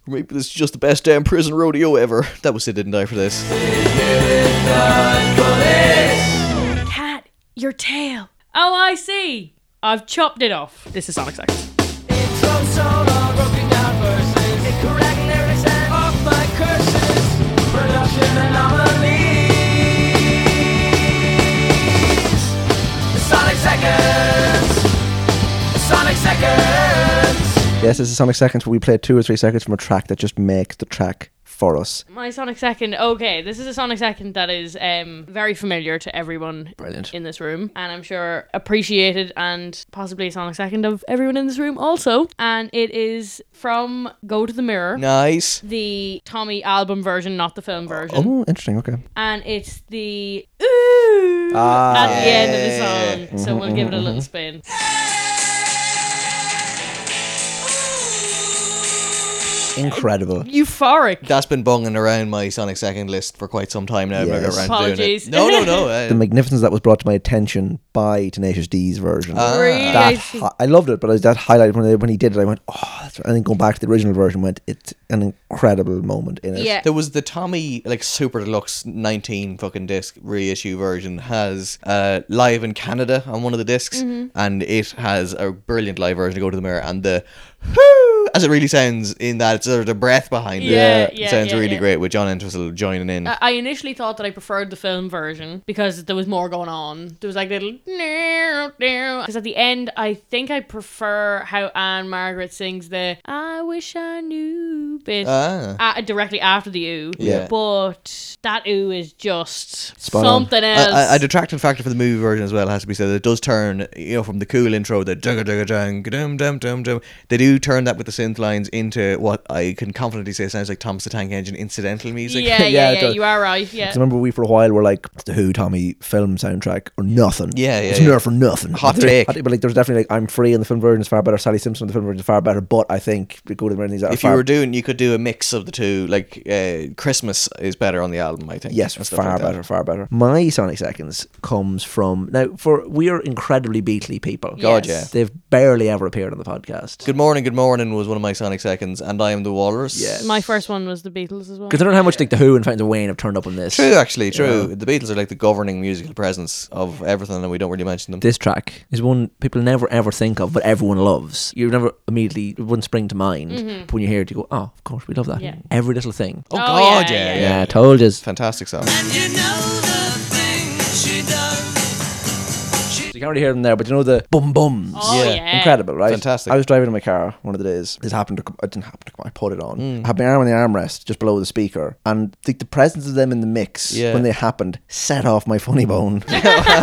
Or Maybe this is just the best damn prison rodeo ever. That was it. Didn't die for this. Cat, your tail. Oh, I see. I've chopped it off. This is Sonic Sex. Sonic Seconds! Sonic Seconds! Yes, this is Sonic Seconds where we play two or three seconds from a track that just makes the track for us. My Sonic Second. Okay, this is a Sonic Second that is um, very familiar to everyone Brilliant. in this room, and I'm sure appreciated and possibly a Sonic Second of everyone in this room also. And it is from Go to the Mirror. Nice. The Tommy album version, not the film version, Oh, interesting. Okay. and it's the ooh Ah. at the end of the song. So we'll give it a little spin. incredible. euphoric. That's been bunging around my Sonic Second list for quite some time now. if I got Yes. around Apologies. To doing it. No, no, no. Uh, The magnificence that was brought to my attention by Tenacious D's version. Really, I that see. hi- I loved it, but as that highlighted when, they, when he did it, I went, oh, that's right. And then going back to the original version, went, it's an incredible moment in it. Yeah. There was the Tommy like super deluxe 19 fucking disc reissue version has uh live in Canada on one of the discs Mm-hmm. and it has a brilliant live version to go to the mirror and the whoo as it really sounds in that it's sort of the breath behind Yeah, it. yeah, it sounds yeah, Uh, really yeah. great with John Entwistle joining in. I I initially thought that I preferred the film version because there was more going on. There was like little because at the end I think I prefer how Anne Margaret sings the "I wish I knew" bit Ah. uh, directly after the "ooh." Yeah. But that "ooh" is just Spot on. something I- else. I- a detracting factor for the movie version as well has to be said. It does turn, you know, from the cool intro, the dugga dugga dung, dum dum dum dum. They do turn that with the synth lines into what I can confidently say sounds like Thomas the Tank Engine incidental music. yeah, yeah, Yeah, yeah. it does. you are right. Yeah. Because I remember we for a while were like "It's the Who Tommy film soundtrack or nothing. Yeah, yeah, It's yeah. there for nothing. Hot There- take. But like, there's definitely like I'm free and the film version is far better. Sally Simpson and the film version is far better. But I think we go to the things that are if you far were doing, you could do a mix of the two. Like uh, Christmas is better on the album, I think. Yes, and stuff far like that. better, far better. My Sonic Seconds comes from now. For we are incredibly Beatly people. God, Yes. yeah. they've barely ever appeared on the podcast. Good morning, good morning was one of my Sonic seconds, and I am the Walrus. Yes. My first one was the Beatles as well. Considering how much like the Who and Fountains of Wayne have turned up on this, True, actually, true. The Beatles are like the governing musical presence of everything, and we don't really mention them. this track is one people never ever think of, but everyone loves. You never immediately it wouldn't spring to mind, but when you hear it, you go, "Oh, of course, we love that." Mm-hmm. Yeah. Every little thing. oh, Oh, God, yeah, yeah, yeah. yeah, yeah, told you. Fantastic song. You know the thing she does. So you can't really hear them there, but you know the bum bums. Oh, Yeah. yeah. Incredible, right? Fantastic. I was driving in my car one of the days. This happened to come, it didn't happen to come, I put it on. Mm. I had my arm on the armrest just below the speaker. And the, the presence of them in the mix Yeah. when they happened set off my funny bone.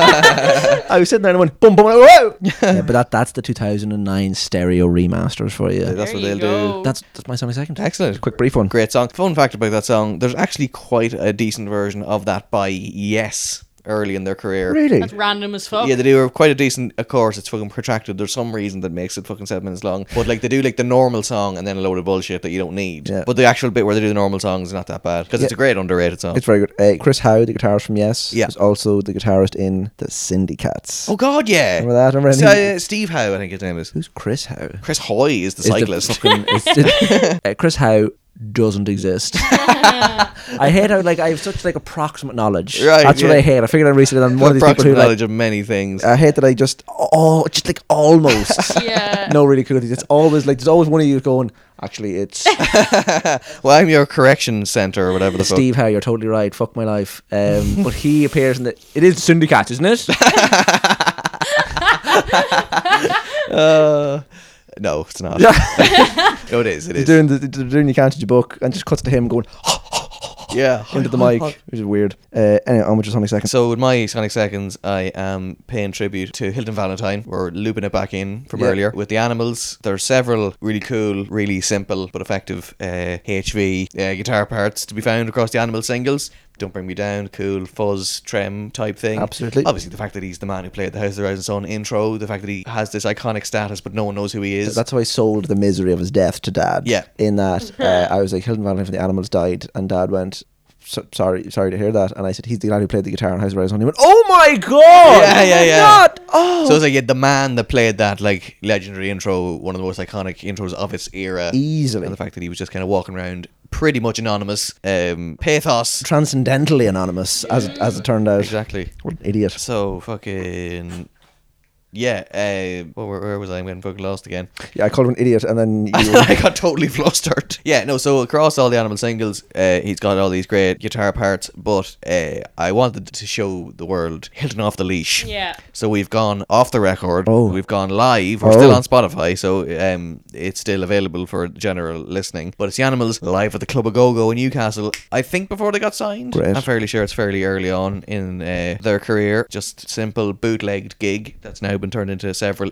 I was sitting there and I went, bum bum, and I went, whoa! yeah, but that, that's the 2009 stereo remasters for you. That's what they'll There you do. go. That's, that's my Sonic Second. Excellent. Quick, brief one. Great song. Fun fact about that song: there's actually quite a decent version of that by Yes early in their career. Really? That's random as fuck. Yeah, they do have quite a decent. Of course, it's fucking protracted. There's some reason that makes it fucking seven minutes long. But like they do like the normal song and then a load of bullshit that you don't need. Yeah. But the actual bit where they do the normal song is not that bad because it's a great underrated song. It's very good. Uh, Chris Howe, the guitarist from Yes, Yeah. was also the guitarist in the Syndicats. oh God, yeah. Remember that? Remember S- anything? uh, Steve Howe, I think his name is. Who's Chris Howe? Chris Hoy is the is the cyclist. fucking- it's the- Uh, Chris Howe doesn't exist. I hate how like I have such like approximate knowledge. Right, That's what yeah. I hate. I figured out recently that I'm one of these people who Approximate like Uh, knowledge of many things. I hate that I just oh just like almost Yeah. no really cool. It's always like there's always one of you going actually it's well, I'm your correction center or whatever the fuck. Steve Howe. You're totally right. Fuck my life. Um, but he appears in the it is Syndicats, isn't it? Uh, no, it's not. no, it is. It They're is. doing the, they're doing you can't teach a book and just cuts to him going yeah. into the mic, which is weird. Uh, anyway, on which is only second. So with my Sonic Seconds, I am paying tribute to Hilton Valentine. We're looping it back in from Yeah. earlier with the animals. There are several really cool, really simple but effective uh, HV uh, guitar parts to be found across the animal singles. Don't bring me down, cool fuzz trem type thing. Absolutely. Obviously, the fact that he's the man who played the House of the Rising Sun intro, the fact that he has this iconic status, but no one knows who he is. That's how I sold the misery of his death to dad. Yeah. In that, uh, I was like, Hilton Valentine from the Animals died, and dad went, "So- sorry, sorry to hear that. And I said, he's the lad who played the guitar in House of Rising Sun. He went, oh my God! Yeah, oh yeah, my yeah. God! Oh! So it's like yeah, the man that played that like legendary intro, one of the most iconic intros of its era. Easily. And the fact that he was just kind of walking around pretty much anonymous, um, pathos. Transcendentally anonymous, as, as it turned out. Exactly. What an idiot. So fucking. Yeah, uh, well, where, where was I? I'm getting fucking lost again. Yeah, I called him an idiot, and then you I got totally flustered. Yeah, no, so across all the animal singles, uh, he's got all these great guitar parts, but uh, I wanted to show the world Hilton off the leash. Yeah. So we've gone off the record. Oh. We've gone live. We're still Oh. on Spotify, so um, it's still available for general listening. But it's the Animals live at the Club of Go Go in Newcastle. I think before they got signed. Great. I'm fairly sure it's fairly early on in uh, their career. Just simple bootlegged gig that's now been been turned into several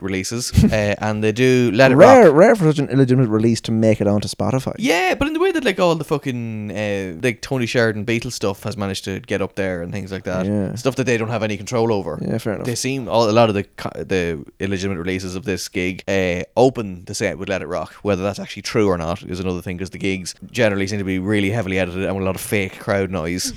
releases, uh, and they do Let It Rare, Rock. rare for such an illegitimate release to make it onto Spotify. Yeah, but in the way that like all the fucking uh, like Tony Sheridan Beatles stuff has managed to get up there and things like that, Yeah. stuff that they don't have any control over. Yeah, fair enough. They seem all, a lot of the co- the illegitimate releases of this gig uh, open the set with Let It Rock. Whether that's actually true or not is another thing, because the gigs generally seem to be really heavily edited and with a lot of fake crowd noise.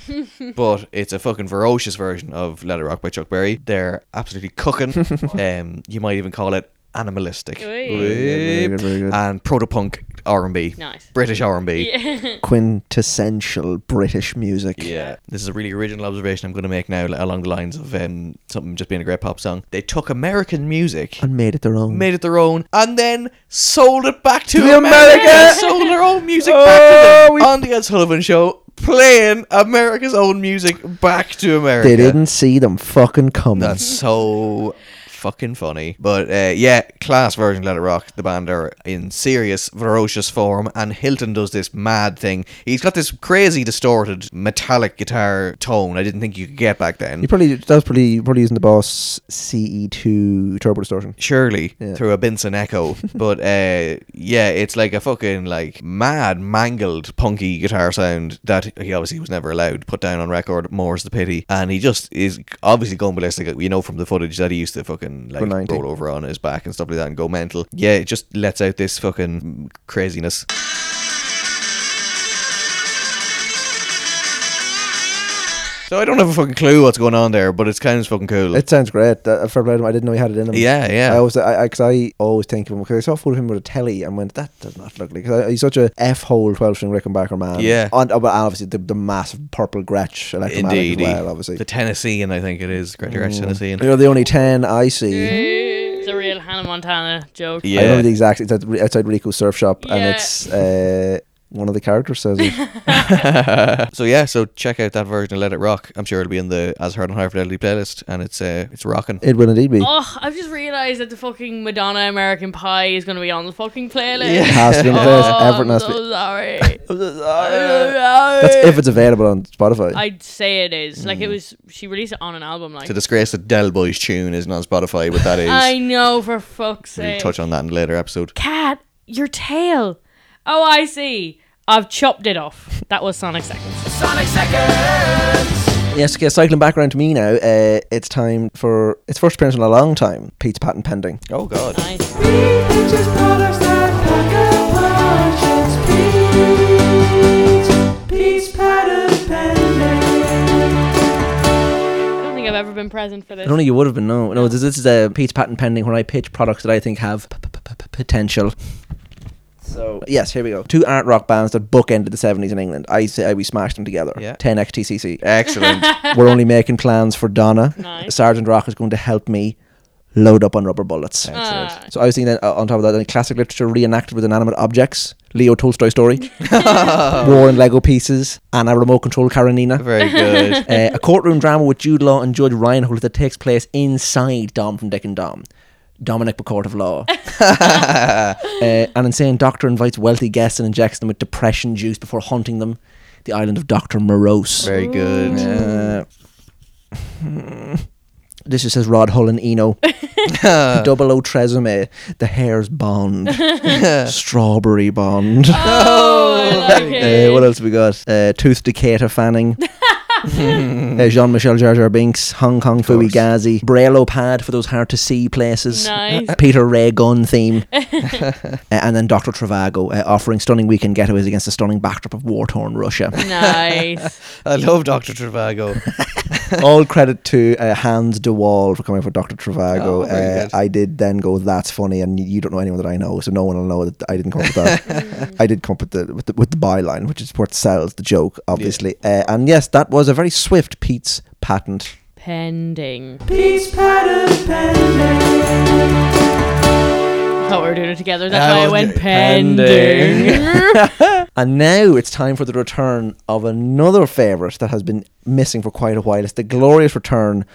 but it's a fucking ferocious version of Let It Rock by Chuck Berry. They're absolutely cooking. um, you might even call it animalistic Oi. Very good, very good. and protopunk R&B, Nice. British R&B. Yeah. Quintessential British music. Yeah. This is a really original observation I'm going to make now like, along the lines of um, something just being a great pop song. They took American music, And made it their own. made it their own, and then sold it back to, To America. America! sold their own music Oh, back to them. we- On the Ed Sullivan Show, playing America's own music back to America. they didn't see them fucking coming. That's so fucking funny. But uh, yeah, class version of Let It Rock. The band are in serious, ferocious form, and Hilton does this mad thing. He's got this crazy, distorted, metallic guitar tone I didn't think you could get back then. you probably that was probably probably using the Boss CE2 turbo distortion. Surely Yeah. through a Benson Echo, but uh, yeah, it's like a fucking like mad, mangled, punky guitar sound that he obviously was never allowed to put down on record. More's the pity, and he just is obviously going ballistic. We know from the footage that he used to fucking Go like 90. roll over on his back and stuff like that and go mental. Yeah, it just lets out this fucking craziness. So I don't have a fucking clue what's going on there, but it's kind of fucking cool. It sounds great. That, uh, fair play to him. I didn't know he had it in him. yeah, yeah. I always, I, I, cause I always think of him because I saw a photo of him with a telly and went, that does not look like. Cause I, he's such a f hole twelve string Rickenbacker man. Yeah. and, oh, but obviously the, the massive purple Gretsch electromatic Indeed. as well. Obviously, The Tennesseean, I think it is. Greater mm. Tennesseean. you're the only ten I see. it's a real Hannah Montana joke. I remember the Yeah. exact. It's at- outside Rico's surf shop, Yeah. and it's uh, one of the characters says it. So yeah, so check out that version of Let It Rock. I'm sure it'll be in the As Heard on High Fidelity playlist, and it's uh, it's rocking. It will indeed be. Oh, I've just realised that the fucking Madonna American Pie is going to be on the fucking playlist. It has to be in the playlist. Oh, Everything I'm has to be. so sorry. That's if it's available on Spotify. I'd say it is. Like it was, she released it on an album. Like Mm. To disgrace that Del Boy's tune isn't on Spotify, but that is. I know for fuck's we'll sake. touch on that in a later episode. Cat, your tail. Oh, I see. I've chopped it off. That was Sonic Seconds. Sonic Seconds. yes, okay, cycling back around to me now. Uh, it's time for its first appearance in a long time. Pete's patent pending. Oh God. Nice. Peaches products that pack a punch. It's Pete's. Pete's pattern pending. I don't think I've ever been present for this. I don't think you would have been. No, no. This, this is a Pete's patent pending when I pitch products that I think have p- p- p- p- potential. So yes, here we go. Two art rock bands that bookended the seventies in England. I say we smashed them together. Yeah. 10xTCC. Excellent. We're only making plans for Donna. Nice. Sergeant Rock is going to help me load up on rubber bullets. Ah. So I was thinking that, uh, on top of that, then classic literature reenacted with inanimate objects, Leo Tolstoy story, war and Lego pieces, and a remote control Karenina. Very good. Uh, a courtroom drama with Jude Law and Judge Reinhold that takes place inside Dom from Dick and Dom. Dominic McCourt of Law. uh, an insane doctor invites wealthy guests and injects them with depression juice before haunting them. The island of Dr. Morose. Very good. Uh, this just says Rod Hull and Eno. Double O Tresemme. The hair's bond. Strawberry bond. Oh, I like Uh, it. what else we got? Uh, Tooth Decatur Fanning. uh, Jean Michel Jar Jar Binks. Hong Kong Fui Ghazi. Braille pad for those hard to see places. Uh, Nice. Peter Ray gun theme. Uh, and then Dr. Travago uh, offering stunning weekend getaways against the stunning backdrop of war torn Russia. Nice. I love Doctor Travago. All credit to uh, Hans de Waal for coming up with Dr. Travago. Oh, very uh, good. I did then go, that's funny, and you don't know anyone that I know, so no one will know that I didn't come up with that. I did come up with the, with the with the byline, which is what sells the joke, obviously. Uh, and yes, that was a very swift Pete's patent. Pending. Pete's pattern pending. I thought we Oh, were doing it together. That's I why I was went ju- pending. And now it's time for the return of another favourite that has been missing for quite a while. It's the glorious return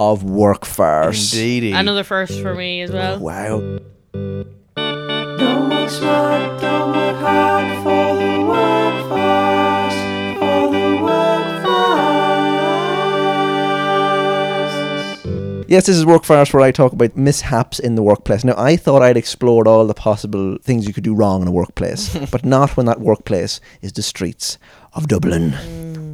of Workfarce. Indeedy. Another first for me as well. Wow. Don't work smart, don't work hard for the workforce, for the workforce. Yes, this is Work First, where I talk about mishaps in the workplace. Now, I thought I'd explored all the possible things you could do wrong in a workplace, but not when that workplace is the streets of Dublin.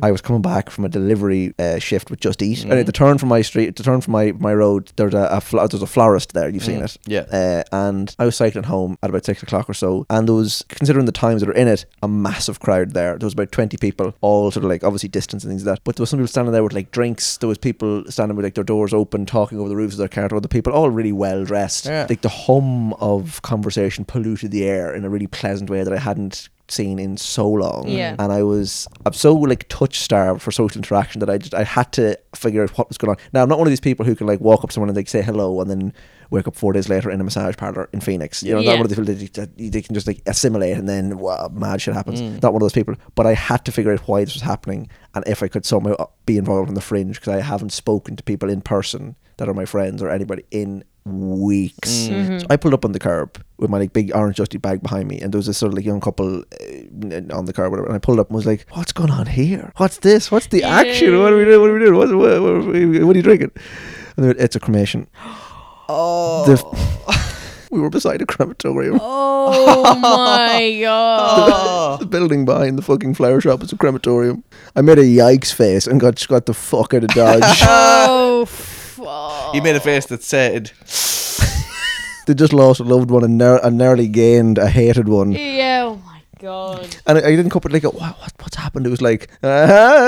I was coming back from a delivery uh, shift with Just Eat, and at the turn from my street, the turn from my, my road, there's a, a flo- there's a florist there. You've seen it, yeah. Uh, and I was cycling home at about six o'clock or so, and there was considering the times that are in it, a massive crowd there. There was about twenty people, all sort of like obviously distance and things like that. But there was some people standing there with like drinks. There was people standing with like their doors open, talking over the roofs of their car to other people, all really well dressed. Yeah. Like the hum of conversation polluted the air in a really pleasant way that I hadn't seen in so long Yeah. and I was I'm so like touch starved for social interaction that I just I had to figure out what was going on. Now I'm not one of these people who can like walk up to someone and like say hello and then wake up four days later in a massage parlor in Phoenix. You know, Yeah. not one of those people that, you- that you- they can just like assimilate and then wow, mad shit happens. Not one of those people. But I had to figure out why this was happening and if I could somehow uh, be involved in the fringe because I haven't spoken to people in person that are my friends or anybody in weeks. So I pulled up on the curb with my like big orange dusty bag behind me, and there was this sort of like young couple uh, on the curb, whatever. And I pulled up and was like, "What's going on here? What's this? What's the action? What are we doing? What are we doing? What, what, what, are we- what are you drinking?" And they were, it's a cremation. Oh. we were beside a crematorium. Oh my god. the building behind the fucking flower shop is a crematorium. I made a yikes face and got got the fuck out of dodge. Oh fuck. You made a face that said, they just lost a loved one and, nar- and narrowly gained a hated one. Yeah, oh my god. And I, I didn't cope with like, a, wow, what, what's happened? It was like,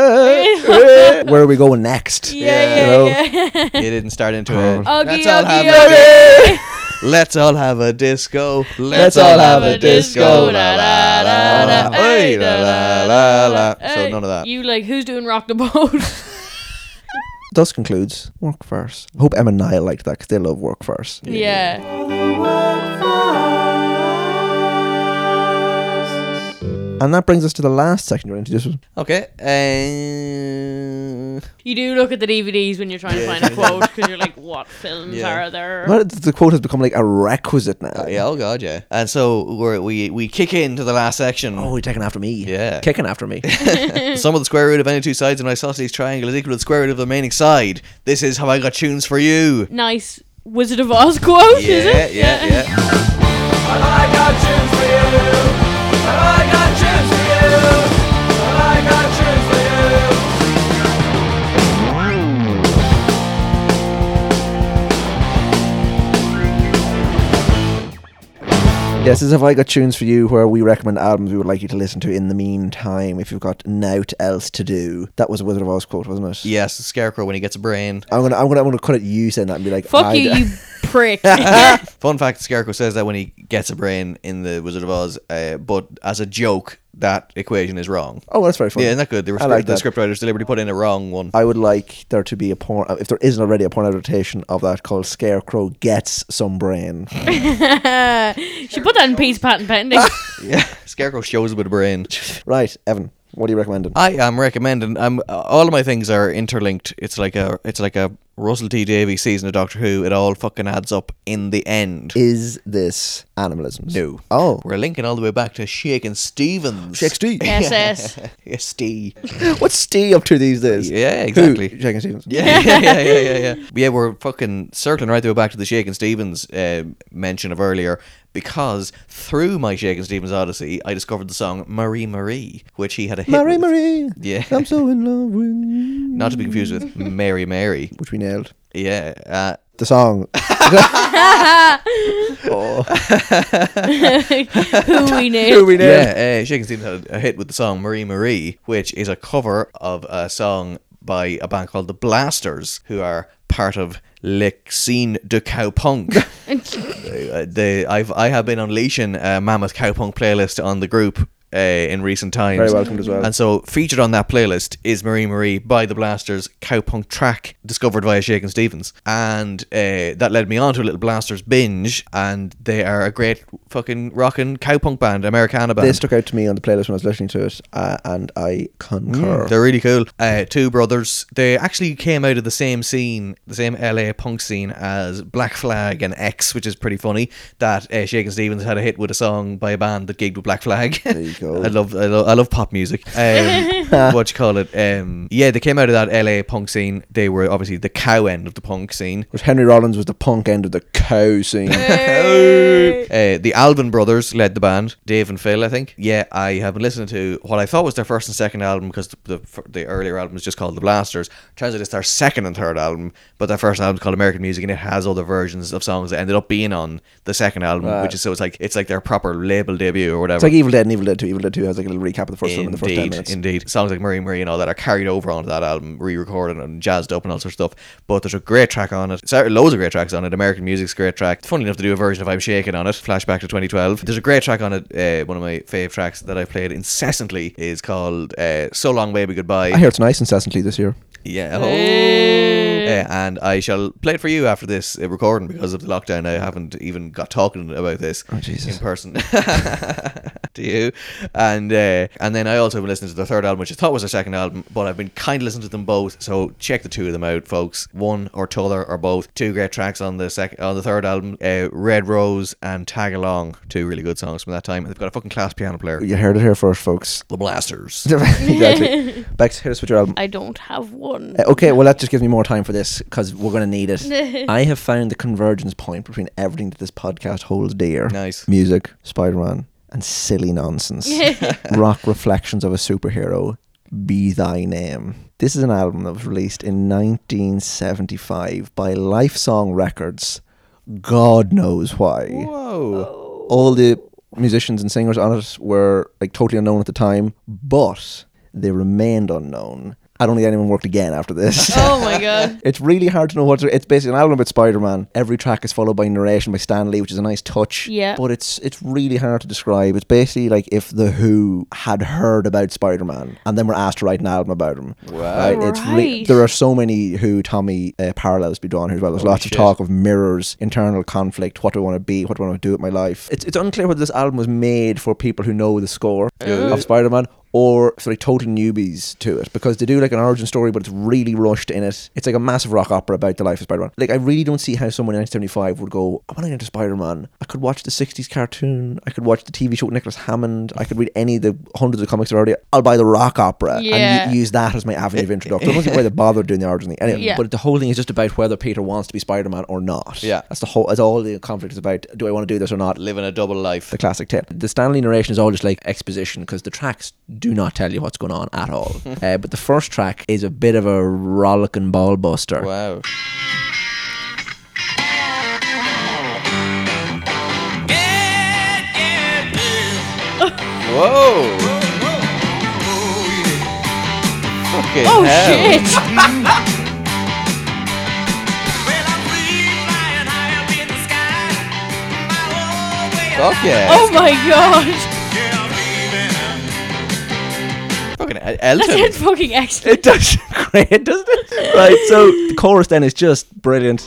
where are we going next? Yeah, You yeah, yeah. you didn't start into it. Oggy, Let's all oggy, have oggy. a Let's all have a disco. Let's all all have have a a disco. disco. La la la la. Oi, la la la la. So none of that. You like who's doing rock the boat? Thus concludes Work First. I hope Em and Niall liked that because they love Work First. yeah. And that brings us to the last section you want to introduce. Okay. Uh, You do look at the DVDs when you're trying to find a quote because you're like, what films Yeah. are there? Well, The quote has become like a requisite now. yeah. Oh god. Yeah. And so we're, we we kick into the last section. Oh, you're taking after me. Yeah. Kicking after me. Some of the square root of any two sides of an isosceles triangle is equal to the square root of the remaining side. This is how I got tunes for you. Nice Wizard of Oz quote, is Yeah. it? Yeah. Yeah. I got tunes for you. I got tunes for you. I got tunes for you. Yes, this is Have I Got Tunes for You, where we recommend albums we would like you to listen to in the meantime if you've got nought else to do. That was a Wizard of Oz quote, wasn't it? Yes. The scarecrow when he gets a brain. I'm gonna, I'm gonna, I'm gonna cut at you saying that and be like, Fuck I you, d- you prick. Fun fact: the Scarecrow says that when he gets a brain in the Wizard of Oz, uh, but as a joke, that equation is wrong. Oh, that's very funny. Yeah, isn't that good? The, I like the that. scriptwriters deliberately put in a wrong one. I would like there to be a porn, if there isn't already a porn adaptation of that called Scarecrow Gets Some Brain. Should put that in peace, patent pending. Yeah, Scarecrow shows with a brain. right, Evan, what are you recommending? I am recommending. I'm all of my things are interlinked. It's like a it's like a Russell T Davies season of Doctor Who. It all fucking adds up in the end. Is this animalisms? No. Oh. We're linking all the way back to Shakin' Stevens. Shakespeare. SS. Yeah, Steve. What's Steve up to these days? Yeah, Who? exactly. Shaking Stevens. Yeah, yeah, yeah, yeah, yeah, yeah. But yeah, we're fucking circling right the way back to the Shakin' Stevens uh, mention of earlier because through my Shakin' Stevens Odyssey, I discovered the song Marie Marie, which he had a hit Marie, with. Marie. Yeah. I'm so in love with you. Not to be confused with Mary Mary. Which we nailed. Yeah. Uh, The song. Who we Who knew. we nailed. yeah, uh, Shakin' Stevens had a hit with the song Marie Marie, which is a cover of a song by a band called the Blasters, who are part of Lexine de Cowpunk. uh, they I've I have been unleashing a mammoth cowpunk playlist on the group uh, in recent times. Very welcomed as well. And so featured on that playlist is Marie Marie by the Blasters cowpunk track discovered via Shaken Stevens, and uh, that led me on to a little Blasters binge, and they are a great fucking rockin' cowpunk band, Americana band. They stuck out to me on the playlist when I was listening to it, uh, and I concur. Mm. They're really cool. Uh, two brothers. They actually came out of the same scene, the same LA punk scene as Black Flag and X, which is pretty funny. That uh, Shakin' Stevens had a hit with a song by a band that gigged with Black Flag. go. I love, I love, I love pop music. Um, what you call it? Um, yeah, they came out of that LA punk scene. They were obviously the cow end of the punk scene. Whereas Henry Rollins was the punk end of the cow scene. Uh, the Alvin brothers led the band, Dave and Phil, I think. Yeah, I have been listening to what I thought was their first and second album because the, the, fir- the earlier album was just called The Blasters. Turns out it's their second and third album, but their first album's called American Music and it has other versions of songs that ended up being on the second album, which is so it's like it's like their proper label debut or whatever. it's like Evil Dead and Evil Dead 2. Evil Dead 2 has like a little recap of the first one in the first 10 minutes. Indeed. Songs like Marie Marie and all that are carried over onto that album, re recorded and jazzed up and all sorts of stuff. But there's a great track on it. Sorry, loads of great tracks on it. American Music's a great track. Funny enough to do a version of I'm Shaking on it, flashback to 2012. There's a great track on it. Uh, one of my fave tracks that I've played incessantly is called uh, So Long Baby Goodbye. I hear it's nice incessantly this year. yeah. Oh. Uh, and I shall play it for you after this uh, recording because of the lockdown. I haven't even got talking about this Jesus. in person to you. And uh, and then I also have been listening to the third album, which I thought was their second album, but I've been kind of listening to them both. So check the two of them out, folks. One or t'other or both. Two great tracks on the second on the third album, uh, Red Rose and Tag Along. Two really good songs from that time. And they've got a fucking class piano player. You heard it here first, folks. The Blasters. exactly. Bex, hit us with your album. I don't have one. Uh, okay, well, that just gives me more time for this because we're going to need it. I have found the convergence point between everything that this podcast holds dear Nice. music, Spider Man, and silly nonsense. Rock reflections of a superhero, Be Thy Name. This is an album that was released in 1975 by Life Song Records. God knows why. Whoa. All the musicians and singers on it were like totally unknown at the time, but they remained unknown. I don't think anyone worked again after this. oh my god. It's really hard to know what to, it's basically an album about Spider Man. Every track is followed by narration by Stan Lee, which is a nice touch. Yeah. But it's it's really hard to describe. It's basically like if the Who had heard about Spider Man and then were asked to write an album about him. Wow. It's re- Right. there are so many Who Tommy uh, parallels to be drawn here as well. There's lots of talk of mirrors, internal conflict, what do I want to be, what do I want to do with my life. It's it's unclear whether this album was made for people who know the score of Spider Man or for like total newbies to it because they do like an origin story but it's really rushed in it it's like a massive rock opera about the life of Spider-Man like I really don't see how someone in 1975 would go I want to get into Spider-Man I could watch the 60s cartoon I could watch the TV show with Nicholas Hammond I could read any of the hundreds of comics that are already I'll buy the rock opera Yeah. and u- use that as my avenue of introduction I don't see why they bothered doing the origin thing anyway, Yeah. but the whole thing is just about whether Peter wants to be Spider-Man or not Yeah. that's the whole that's all the conflict is about do I want to do this or not Living a double life. the classic tale. The Stanley narration is all just like exposition because the tracks do not tell you what's going on at all. uh, but the first track is a bit of a rollicking ball buster. Wow. Whoa! Fucking Oh hell. shit. Fuck yeah. Oh my god. Fucking El- That Elton. sounds fucking excellent. It does great, doesn't it? Right, so the chorus then is just brilliant.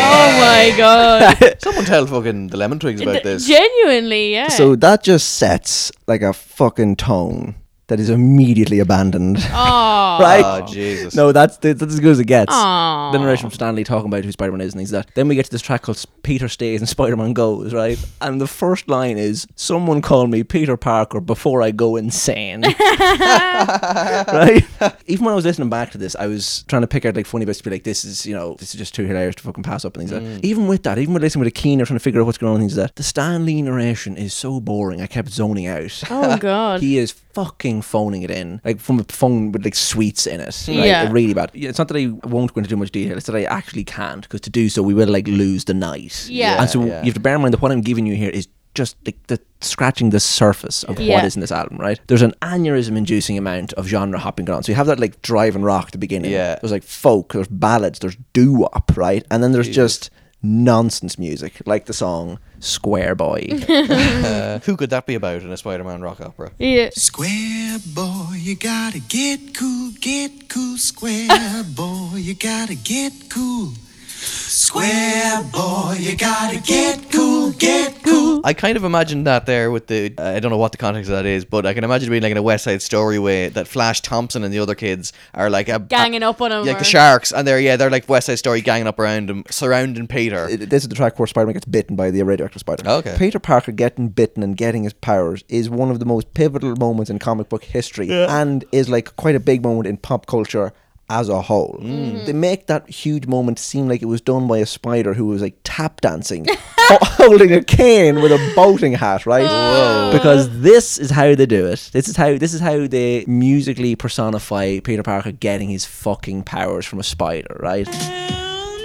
Oh my god. Someone tell fucking the Lemon Twigs about this. Genuinely, yeah. So that just sets like a fucking tone that is immediately abandoned. Aw. right? Oh, Jesus. No, that's the, that's as good as it gets. Aw. The narration from Stanley talking about who Spider Man is and things like that. Then we get to this track called S- Peter Stays and Spider Man Goes, right? And the first line is Someone call me Peter Parker before I go insane. right? Even when I was listening back to this, I was trying to pick out like funny bits to be like, this is, you know, this is just too hilarious to fucking pass up and things like that. Even with that, even with listening with a keen or trying to figure out what's going on and things like that, the Stanley narration is so boring. I kept zoning out. Oh god. He is fucking phoning it in, like from a phone with like sweets in it. Like, Yeah. really bad. Yeah, It's not that I won't go into too much detail. It's that I actually can't because to do so we will like lose the night. Yeah. And so Yeah. you have to bear in mind that what I'm giving you here is just like the scratching the surface of what Yeah. is in this album, right? There's an aneurysm inducing amount of genre hopping going on. So you have that like drive and rock at the beginning. Yeah. There's like folk, there's ballads, there's doo wop, right? And then there's just nonsense music, like the song Square Boy. Uh, who could that be about in a Spider Man rock opera? Yeah. Square boy, you gotta get cool, get cool. Square boy, you gotta get cool. Square boy, you gotta get cool, get cool. I kind of imagine that there with the uh, I don't know what the context of that is, but I can imagine it being like in a West Side Story way that Flash Thompson and the other kids are like a Ganging up on him like or- the Sharks, and they're yeah they're like West Side Story ganging up around him, surrounding Peter. It- This is the track where Spider-Man gets bitten by the radioactive spider. Okay. Peter Parker getting bitten and getting his powers is one of the most pivotal moments in comic book history, and is like quite a big moment in pop culture as a whole. They make that huge moment seem like it was done by a spider who was like tap dancing, ho- holding a cane with a boating hat, right? Because this is how they do it. This is how this is how they musically personify Peter Parker getting his fucking powers from a spider, right?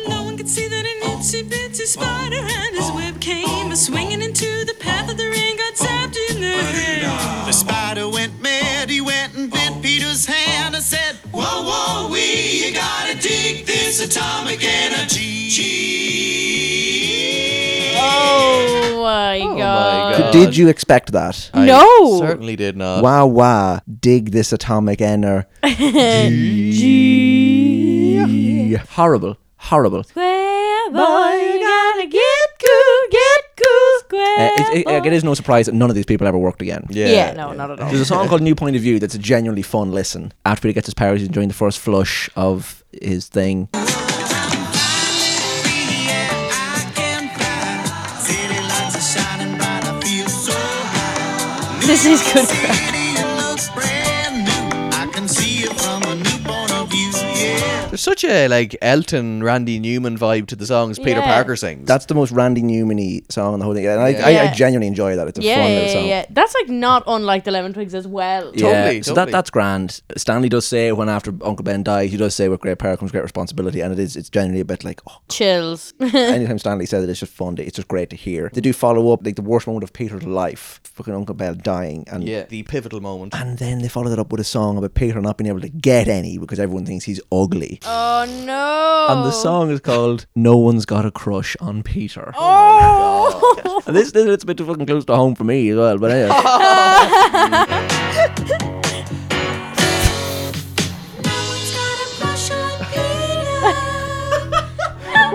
No one could see that an itsy bitsy spider and his web came a swinging into the path of the ring, got zapped in the head. The spider went mad, he went and bit Peter's hand and said, Oh. Whoa, whoa, we, you gotta dig this atomic energy. Oh my god. God. Did you expect that? I No. certainly did not. Wah wah, dig this atomic ener. G. Horrible, horrible. Square boy, you gotta get cool, get cool. Eh, Square Uh, it, it- like, it is no surprise that none of these people ever worked again. Yeah. Yeah, no, not at all. There's a song called New Point of View that's a genuinely fun listen. After he gets his powers, he's enjoying the first flush of his thing. I can fly. City lights are shining bright, I feel so high. This is good crap. City looks brand new. I can see it from a new point of view, yeah. There's such a like Elton, Randy Newman vibe to the songs Peter Yeah. Parker sings. That's the most Randy Newman-y song on the whole thing. And I, I, I Yeah. genuinely enjoy that. It's a Yeah, fun yeah, little yeah, song. yeah. That's like not unlike the Lemon Twigs as well. Totally, So that totally. that's grand. Stanley does say when after Uncle Ben dies, he does say with great power comes great responsibility, and it is it's generally a bit like oh Chills. anytime Stanley says it, it's just fun. It's just great to hear. They do follow up like the worst moment of Peter's life, fucking Uncle Bell dying, and yeah, the pivotal moment. and then they follow that up with a song about Peter not being able to get any because everyone thinks he's ugly. oh no. And the song is called "No One's Got a Crush on Peter." Oh. And this this it's a bit too fucking close to home for me as well, but anyway. No one's got a crush on Peter.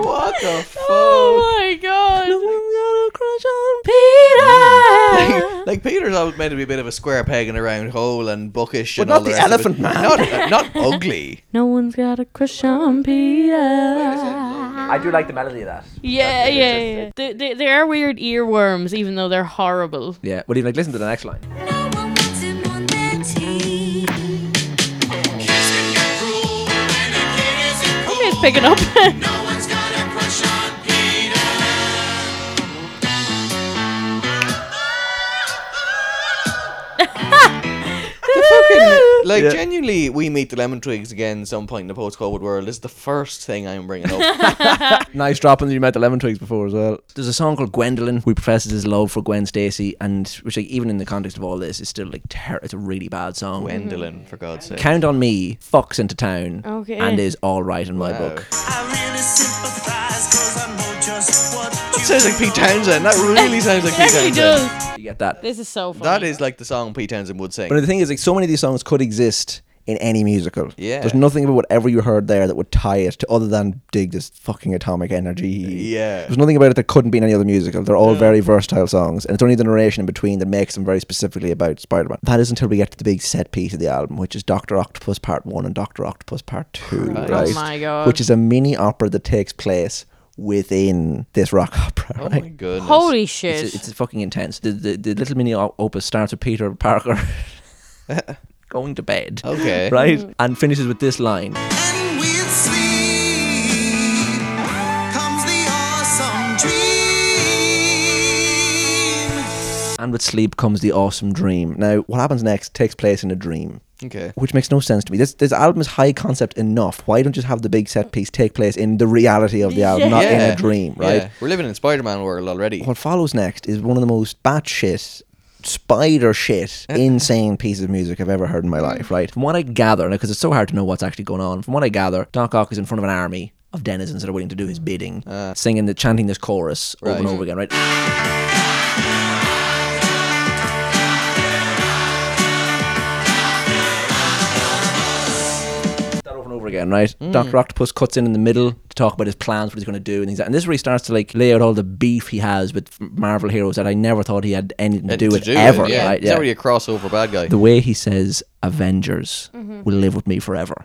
What the oh my god. Like, like Peter's always meant to be a bit of a square peg in a round hole and bookish, But and not all the rest of it. Elephant Man. Not, not ugly. No one's got a crush on Peter. I do like the melody of that. Yeah, yeah, yeah. They, they, they are weird earworms, even though they're horrible. Yeah, well, even like listen to the next line. No one wants him on their team. Kids can get cruel, and a kid isn't cool. It's picking up. No one's got a crush on Peter. Like Yeah. genuinely, we meet the Lemon Twigs again some point in the post-COVID world. This is the first thing I'm bringing up. Nice dropping that you met the Lemon Twigs before as well. There's a song called Gwendolyn who professes his love for Gwen Stacy, and which like even in the context of all this is still like ter- it's a really bad song. Gwendolyn, for God's sake. Count on me fucks into town Okay. and is all right in my book. I really sympathize 'cause I know just what That sounds like Pete Townsend. That really sounds like It Pete actually Townsend. does. You get that? This is so funny. That is like the song Pete Townsend would sing. But the thing is, like so many of these songs could exist in any musical. Yeah. There's nothing about whatever you heard there that would tie it to other than dig this fucking atomic energy. Yeah. There's nothing about it that couldn't be in any other musical. They're all very versatile songs, and it's only the narration in between that makes them very specifically about Spider-Man. That is until we get to the big set piece of the album, which is Doctor Octopus Part One and Doctor Octopus Part Two. Right. Oh my god. Which is a mini opera that takes place within this rock opera. oh right? my goodness. Holy shit. It's, it's fucking intense. The, the the little mini op- opus starts with Peter Parker going to bed, Okay. Mm. right, and finishes with this line. And with sleep comes the awesome dream. And with sleep comes the awesome dream. Now, what happens next takes place in a dream. Okay. Which makes no sense to me. This this album is high concept enough. Why don't you just have the big set piece take place in the reality of the album, not in Yeah. a dream, right? Yeah. We're living in Spider-Man world already. What follows next is one of the most batshit, spider shit, insane pieces of music I've ever heard in my life, right? From what I gather, because it's so hard to know what's actually going on, from what I gather, Doc Ock is in front of an army of denizens that are willing to do his bidding, singing the chanting this chorus over and Right. over again, Mm. Uh. right? Mm. That over and over again, right? Dr. Octopus cuts in in the middle to talk about his plans, what he's going to do, and things. like- And this is where he starts to like lay out all the beef he has with Marvel heroes that I never thought he had anything to do with ever. Yeah. Right? He's Yeah. already a crossover bad guy. the way he says Avengers will live with me forever.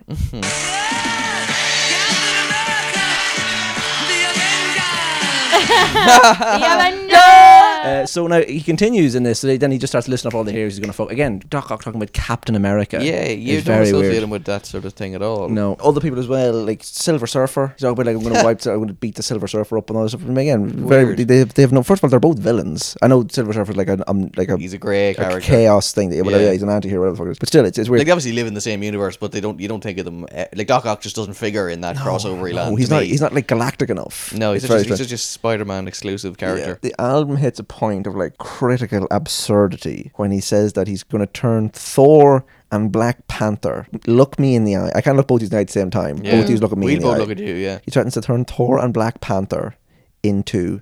Uh, so now he continues in this. So then he just starts listing up all the heroes he's going to fuck. Again, Doc Ock talking about Captain America. yeah, you It's don't very associate weird. him with that sort of thing at all. No, other people as well, like Silver Surfer. He's talking about like I'm going to wipe, I'm going to beat the Silver Surfer up and all this stuff. And again, very, Weird. they, they have no. First of all, they're both villains. I know Silver Surfer's like a, um, like a, He's a grey like a character. chaos thing. Yeah, well, Yeah. yeah, he's an anti-hero. whatever the fuck it is. But still, it's, it's weird. Like they obviously live in the same universe, but they don't. You don't think of them eh, like Doc Ock just doesn't figure in that crossover land. no, Oh, he's to not. me. He's not like galactic enough. No, he's It's very just, he's strange. just a Spider-Man exclusive character. The album hits a point of like critical absurdity when he says that he's going to turn Thor and Black Panther. Look me in the eye. I can't look both these at the same time. Yeah. Both these look at me. We'll in the both eye. look at you, yeah. He threatens to turn Thor and Black Panther into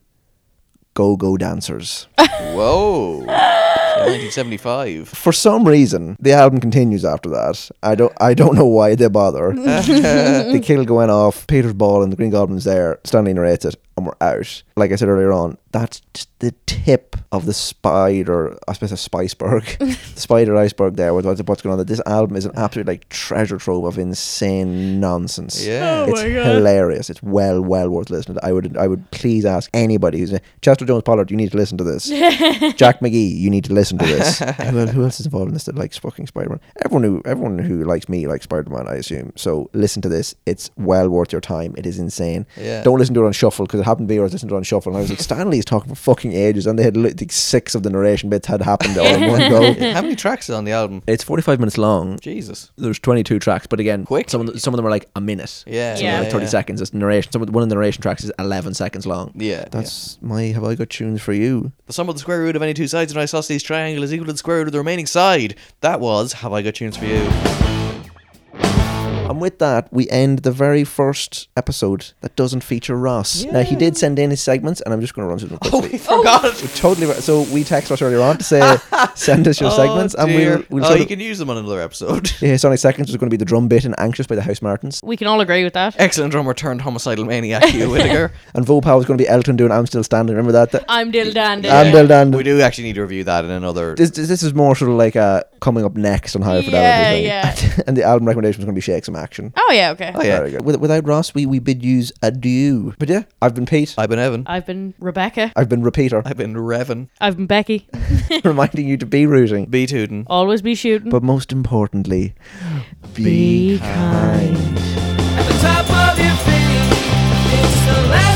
go-go dancers. Whoa, 1975. For some reason, the album continues after that. I don't. I don't know why they bother. they kill going off. Peter's ball and the Green Goblin's there. Stanley narrates it, and we're out. Like I said earlier on, that's just the tip of the spider. I suppose a spiceberg, the spider iceberg. There with what's what's going on. That this album is an absolute like treasure trove of insane nonsense. Yeah. It's hilarious. It's well, well worth listening to. I would, I would please ask anybody who's Chester Jones Pollard, you need to listen to this. Jack McGee, you need to listen to this. who, el- who else is involved in this that likes fucking Spider Man? Everyone who, everyone who likes me likes Spider Man, I assume. So listen to this. It's well worth your time. It is insane. Yeah. Don't listen to it on shuffle because it happened to me. Where I was listening to it on shuffle, and I was like, Stanley is talking for fucking ages, and they had like six of the narration bits had happened all in one go. How many tracks is on the album? It's forty five minutes long. Jesus. There's 22 tracks, but again, Quick. Some of the, some of them are like a minute. Yeah. Some are yeah, like 30 yeah. seconds. It's narration. Some of, one of the narration tracks is 11 seconds long. Yeah. yeah. That's my. Have I got tunes for you? The sum of the square root of any two sides of an isosceles triangle is equal to the square root of the remaining side. That was Have I Got Tunes For You. And with that, we end the very first episode that doesn't feature Ross. Now he did send in his segments, and I'm just going to run through them quickly. Oh, We forgot. Oh, We totally. So we texted us earlier on to say send us your segments, oh, and we'll dear. we'll. oh, sort you of- can use them on another episode. yeah, Sonic Seconds was going to be the drum bit and Anxious by the House Martins. We can all agree with that. Excellent drummer turned homicidal maniac Hugh Whittaker. And Vopow was going to be Elton doing I'm Still Standing. Remember that? that I'm Dill Dandy. I'm Still Standing. We do actually need to review that in another. this, this, this is more sort of like uh, coming up next on Higher Yeah, Fidelity. thing. and the album recommendation is going to be Shake Some Action. oh yeah, okay. Oh, yeah. Very good. With, without Ross, we, we bid yous adieu. But yeah, I've been Pete. I've been Evan. I've been Rebecca. I've been Repeater, I've been Revan. I've been Becky. reminding you to be rooting. Be tootin'. Always be shooting. But most importantly, be, Be kind. kind. At the top of your feet, it's the last.